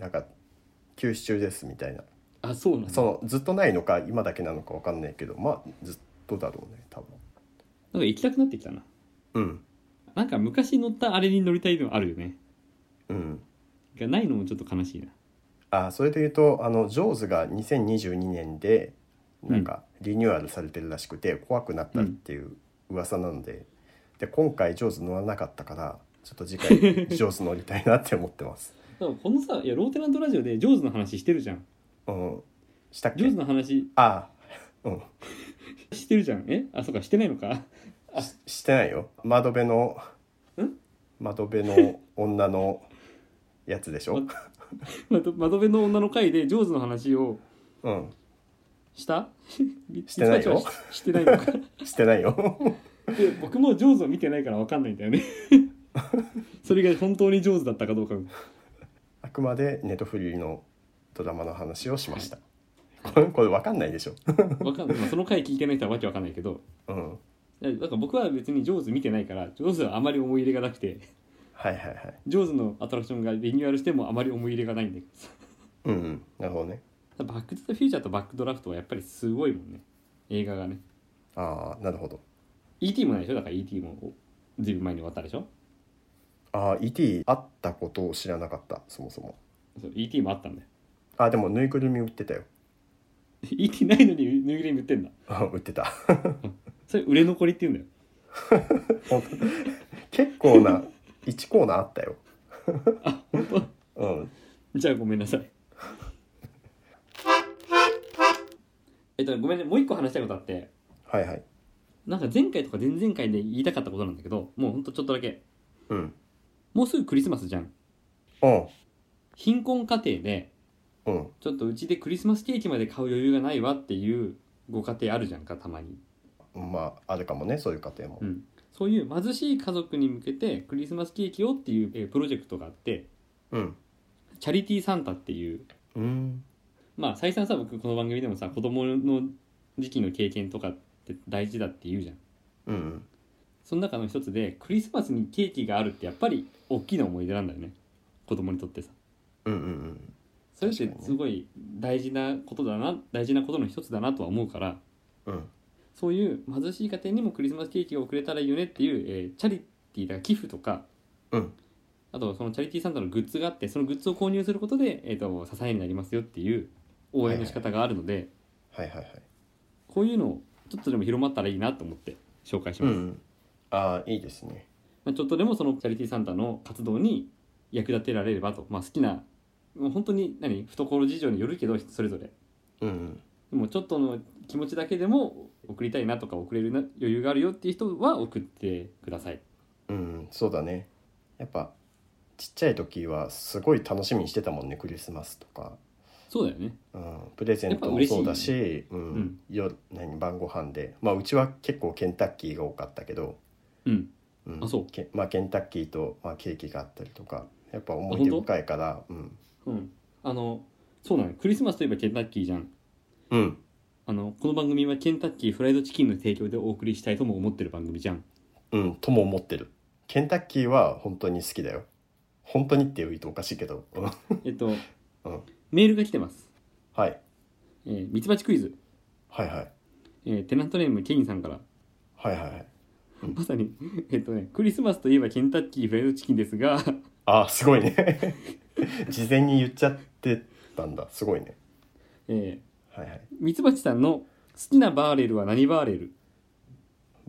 Speaker 1: なんか休止中ですみたいな
Speaker 2: あそうなんだ
Speaker 1: そのずっとないのか今だけなのか分かんないけどまあずっとだろうね多分
Speaker 2: なんか行きたくなってきたな
Speaker 1: うん
Speaker 2: なんか昔乗ったあれに乗りたいのあるよね
Speaker 1: うん
Speaker 2: がないのもちょっと悲しいな
Speaker 1: あそれで言うとあのジョーズが2022年でなんかリニューアルされてるらしくて、怖くなったっていう噂なので、で今回ジョーズ乗らなかったからちょっと次回ジ ョーズ乗りたいなって思ってます
Speaker 2: でもこのさいやローテナントラジオでジョーズの話してるじゃん
Speaker 1: うんしたっ
Speaker 2: ジョー
Speaker 1: け
Speaker 2: ズの話
Speaker 1: あうん
Speaker 2: してるじゃんえあそうかしてないのか
Speaker 1: ししてないよ窓辺の
Speaker 2: ん
Speaker 1: 窓辺の女のやつでしょ
Speaker 2: 窓窓辺の女の会でジョーズの話を
Speaker 1: うん
Speaker 2: したみ
Speaker 1: してないよ
Speaker 2: ミツバチは ししてない のか
Speaker 1: してないよ
Speaker 2: で僕もジョーズを見てないから分かんないんだよ ねそれが本当にジョーズだったかどうか
Speaker 1: あくまでネトフリーのドラマの話をしましたこれこれ分かんないでしょ
Speaker 2: 分かんない、まあ、その回聞いてない人はわけ分かんないけど
Speaker 1: うん
Speaker 2: だから僕は別にジョーズ見てないからジョーズはあまり思い入れがなくて
Speaker 1: はいはいはい
Speaker 2: ジョーズのアトラクションがリニューアルしてもあまり思い入れがないんだけどさ
Speaker 1: うん、うん、なるほどね
Speaker 2: バック・トゥ・ザ・フューチャーとバック・ドラフトはやっぱりすごいもんね映画がね
Speaker 1: ああなるほど
Speaker 2: E.T. もないでしょだから E.T. もずいぶん前に終わったでしょ
Speaker 1: ああ ET あったことを知らなかったそもそも
Speaker 2: そう E.T. もあったんだよ
Speaker 1: あでもぬいぐるみ売ってたよ
Speaker 2: E.T. ないのにぬいぐるみ売ってんだ
Speaker 1: あ売ってた
Speaker 2: それ売れ残りって言うんだよ
Speaker 1: 本当 結構な1コーナーあったよ
Speaker 2: あ本当
Speaker 1: うん
Speaker 2: じゃあごめんなさい。えっと、ごめんね、もう一個話したいことあって、
Speaker 1: はいはい
Speaker 2: なんか前回とか前々回で言いたかったことなんだけど、もうほんとちょっとだけ。
Speaker 1: うん
Speaker 2: もうすぐクリスマスじゃん。
Speaker 1: うん
Speaker 2: 貧困家庭で、
Speaker 1: うん
Speaker 2: ちょっとうちでクリスマスケーキまで買う余裕がないわっていうご家庭あるじゃんか、たまに。
Speaker 1: まああるかもねそういう家庭も
Speaker 2: う、ん。そういう貧しい家族に向けてクリスマスケーキをっていうえープロジェクトがあって、
Speaker 1: うん
Speaker 2: チャリティーサンタっていう
Speaker 1: うん、
Speaker 2: まあ再三さ僕この番組でもさ子供の時期の経験とかって大事だって言うじゃん
Speaker 1: うんうん
Speaker 2: その中の一つでクリスマスにケーキがあるってやっぱり大きな思い出なんだよね子供にとってさ
Speaker 1: うんうん
Speaker 2: それって
Speaker 1: 確かにね
Speaker 2: すごい大事なことだな大事なことの一つだなとは思うから
Speaker 1: うんうん
Speaker 2: そういう貧しい家庭にもクリスマスケーキを送れたらいいよねっていう、えーチャリティーだから寄付とか、
Speaker 1: うん
Speaker 2: あとそのチャリティーサンタのグッズがあってそのグッズを購入することで、えー、と支えになりますよっていう応援の仕方があるので、
Speaker 1: はいはいはい
Speaker 2: こういうのちょっとでも広まったらいいなと思って紹介し
Speaker 1: う
Speaker 2: ま
Speaker 1: ん
Speaker 2: す、
Speaker 1: うんああいいですね
Speaker 2: まあ、ちょっとでもそのチャリティーサンタの活動に役立てられればと、まあ、好きなもう本当に何懐事情によるけどそれぞれ
Speaker 1: うんうん
Speaker 2: でもちょっとの気持ちだけでも送りたいなとか送れるな余裕があるよっていう人は送ってください
Speaker 1: うんそうだねやっぱちっちゃい時はすごい楽しみにしてたもんねクリスマスとか、
Speaker 2: そうだよね
Speaker 1: うん、プレゼントもそうだしうん
Speaker 2: うん
Speaker 1: 夜何晩ご飯でまあうちは結構ケンタッキーが多かったけど、
Speaker 2: うん
Speaker 1: うん
Speaker 2: あそう
Speaker 1: けまあ、ケンタッキーと、まあ、ケーキがあったりとかやっぱ思い出
Speaker 2: あ本当
Speaker 1: 深いからうん、
Speaker 2: うんあのそうなのよクリスマスといえばケンタッキーじゃん
Speaker 1: うん、
Speaker 2: あのこの番組はケンタッキーフライドチキンの提供でお送りしたいとも思ってる番組じゃん
Speaker 1: うん、とも思ってるケンタッキーは本当に好きだよ本当にって言うとおかしいけど、うん、
Speaker 2: え っと、
Speaker 1: うん
Speaker 2: メールが来てます
Speaker 1: はい
Speaker 2: えーミツバチクイズ、
Speaker 1: はいはい
Speaker 2: えーテナントネームケニーさんから
Speaker 1: はいはいはい
Speaker 2: まさにえっとねクリスマスといえばケンタッキーフライドチキンですが
Speaker 1: あすごいね 事前に言っちゃってたんだすごいね
Speaker 2: えー
Speaker 1: はいはい
Speaker 2: ミツバチさんの好きなバーレルは何バーレル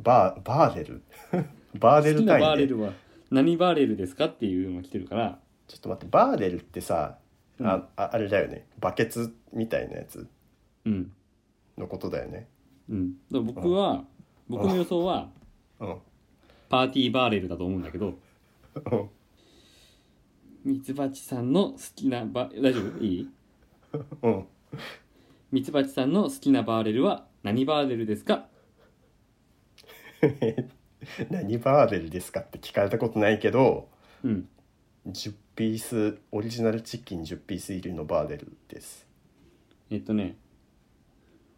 Speaker 1: バーバーレル バーレ
Speaker 2: 好き
Speaker 1: ル
Speaker 2: な
Speaker 1: 単
Speaker 2: バー
Speaker 1: 位
Speaker 2: レ
Speaker 1: で
Speaker 2: ルは何バーレルですかっていうのが来てるから
Speaker 1: ちょっと待ってバーレルってさあ,、
Speaker 2: うん
Speaker 1: ああれだよねバケツみたいなやつ
Speaker 2: うん
Speaker 1: のことだよね
Speaker 2: うんだから僕は僕の予想は
Speaker 1: うん
Speaker 2: パーティーバーレルだと思うんだけどミツバチさんの好きなバ大丈夫いい
Speaker 1: うん
Speaker 2: ミツバチさんの好きなバーレルは何バーレルですか
Speaker 1: 何バーレルですかって聞かれたことないけど
Speaker 2: うん
Speaker 1: 10ピースオリジナルチキン10ピース入りのバーレルです
Speaker 2: えっとね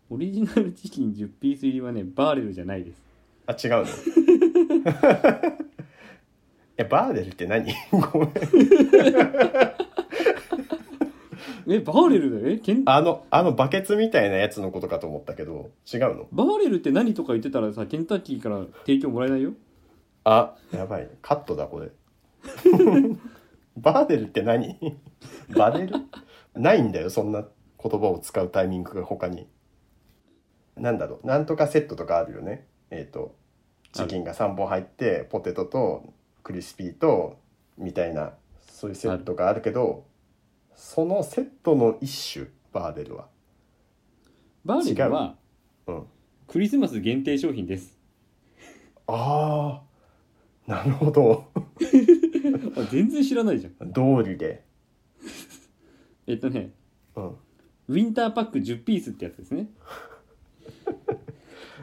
Speaker 2: オリジナルチキン10ピース入りはねバーレルじゃないです
Speaker 1: あ違うのいやバーレルって何 ごめん
Speaker 2: えバーレルだよえけんバ
Speaker 1: あのあのバケツみたいなやつのことかと思ったけど違うの
Speaker 2: ーレルって何とか言ってたらさケンタッキーから提供もらえないよ
Speaker 1: あやばいカットだこれバーデルって何バデルないんだよそんな言葉を使うタイミングが他になんだろうなんとかセットとかあるよねえっ、と
Speaker 2: あ
Speaker 1: チ
Speaker 2: る
Speaker 1: キンが3本入ってポテトとクリスピーとみたいなそういうセットがあるけどそのセットの一種バーデルは
Speaker 2: バーレルは
Speaker 1: うん
Speaker 2: クリスマス限定商品です。
Speaker 1: ああなるほど
Speaker 2: あ全然知らないじゃん。
Speaker 1: 道理で
Speaker 2: えっとね、
Speaker 1: うん
Speaker 2: ウィンターパック10ピースってやつですね。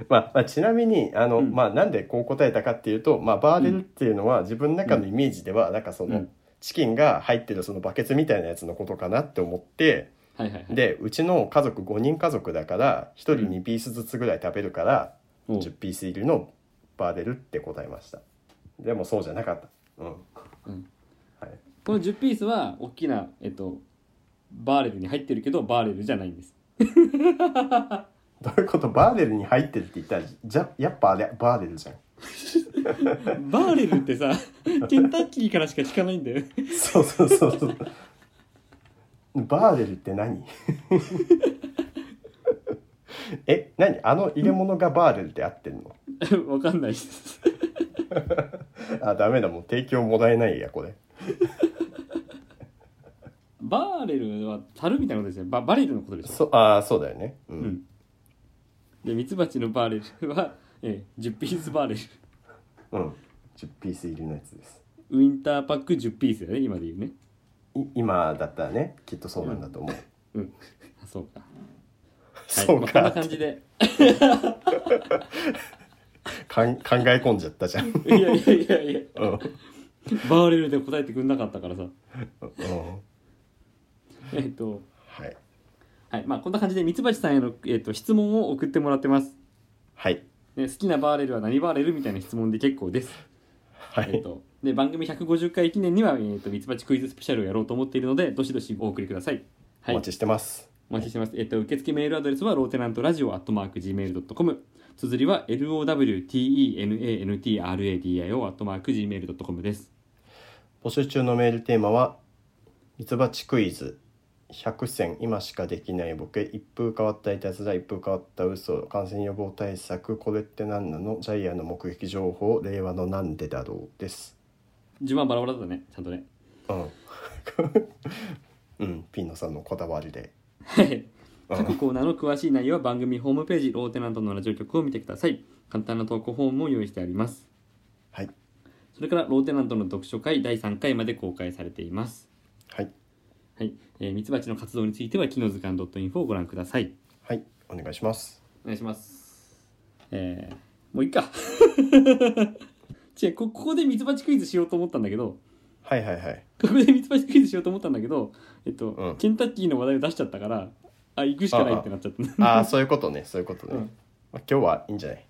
Speaker 1: まあまあ、ちなみにあの、
Speaker 2: うん
Speaker 1: まあ、なんでこう答えたかっていうと、まあ、バーレルっていうのは自分の中のイメージでは、なんかその、
Speaker 2: うん
Speaker 1: チキンが入ってるそのバケツみたいなやつのことかなって思って
Speaker 2: はいはいはい。
Speaker 1: でうちの家族5人家族だから1人
Speaker 2: うん
Speaker 1: 2ピースずつぐらい食べるから、
Speaker 2: おう
Speaker 1: 10ピース入りのバーレルって答えましたでもそうじゃなかったうん
Speaker 2: この10ピースは大きな、えっと、バーレルに入ってるけどバーレルじゃないんです。
Speaker 1: どういうことバーレルに入ってるって言ったらじゃやっぱあれバーレルじゃん
Speaker 2: バーレルって さケンタッキーからしか聞かないんだよ。
Speaker 1: そうそうそうそう。バーレルって何 え、何あの入れ物がバーレルで合ってんの
Speaker 2: わかんないです。
Speaker 1: あ、ダメだ、もう提供もらえないや、これ。
Speaker 2: バーレルは樽みたいなことですよ。ババレルのことでしょ。
Speaker 1: そあー、そうだよね。うん。
Speaker 2: うん、でミツバチのバーレルは、えー10ピースバーレル
Speaker 1: うん。10ピース入りのやつです。
Speaker 2: ウィンターパック10ピースだね今で言うね
Speaker 1: い今だったらね、きっとそうなんだと 思う。
Speaker 2: うんあそうか、はい、
Speaker 1: そうか,、
Speaker 2: まあこんな感じで
Speaker 1: かん。考え込んじゃったじゃん。
Speaker 2: いやいやいやいや
Speaker 1: うん。うん
Speaker 2: バーレルで答えてくれなかったからさえっと
Speaker 1: はい。
Speaker 2: はいまあこんな感じでミツバチさんへの、えー、と質問を送ってもらってます、
Speaker 1: はい。
Speaker 2: ね、好きなバーレルは何バーレルみたいな質問で結構です
Speaker 1: は
Speaker 2: えっ
Speaker 1: い。
Speaker 2: とで番組150回記念には、えー、とミツバチクイズスペシャルをやろうと思っているのでどしどしお送りくださいは
Speaker 1: お
Speaker 2: い
Speaker 1: 待ちしてます。
Speaker 2: お待ちしてます。えっと、受付メールアドレスは、ローテナントラジオアットマーク Gmail.com。綴りは、LOWTENANTRADIO アットマーク Gmail.com です。
Speaker 1: 募集中のメールテーマは「ミツバチクイズ」100選今しかできないボケ一風変わったいたずら一風変わった嘘感染予防対策これって何なのジャイアンの目撃情報令和のなんでだろうです
Speaker 2: 順番バラバラだったね、ちゃんとね。
Speaker 1: うん うんピーノさんのこだわりで
Speaker 2: はい
Speaker 1: うん
Speaker 2: 各コーナーの詳しい内容は番組ホームページ、ローテナントのラジオ局を見てください。簡単な投稿フォームも用意してあります。
Speaker 1: はい
Speaker 2: それから、ローテナントの読書会第3回まで公開されています。
Speaker 1: はい
Speaker 2: はい。えーミツバチの活動については、機能図鑑 .info をご覧ください。
Speaker 1: はいお願いします
Speaker 2: お願いしますえー、もういいか違うこここでミツバチクイズしようと思ったんだけど
Speaker 1: はいはいはい
Speaker 2: ここでミツバチクイズしようと思ったんだけどえっと、
Speaker 1: うん
Speaker 2: ケンタッキーの話題を出しちゃったからあ行くしかないってなっちゃった
Speaker 1: ああそういうことねそういうことね、
Speaker 2: うん
Speaker 1: まあ、今日はいいんじゃない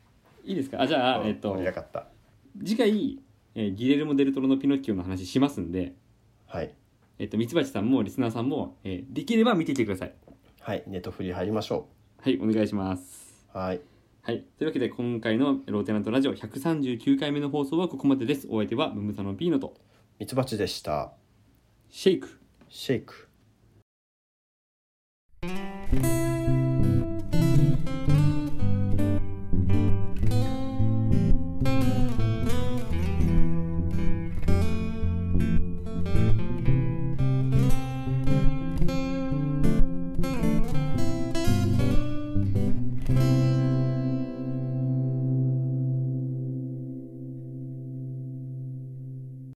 Speaker 2: いいですかあじゃあ、
Speaker 1: うん
Speaker 2: えっと
Speaker 1: 盛り上がった
Speaker 2: 次回、えーギレルモ・デルトロのピノッキオの話しますんで
Speaker 1: はい
Speaker 2: えっとミツバチさんもリスナーさんも、えーできれば見ていてください
Speaker 1: はいネットフリ入りましょ
Speaker 2: はいお願いします
Speaker 1: うはい
Speaker 2: はい。というわけで、今回のローテナントラジオ139回目の放送はここまでです。お相手は、ムムサノピーノと、
Speaker 1: ミツバチでした
Speaker 2: シェイク。
Speaker 1: シェイク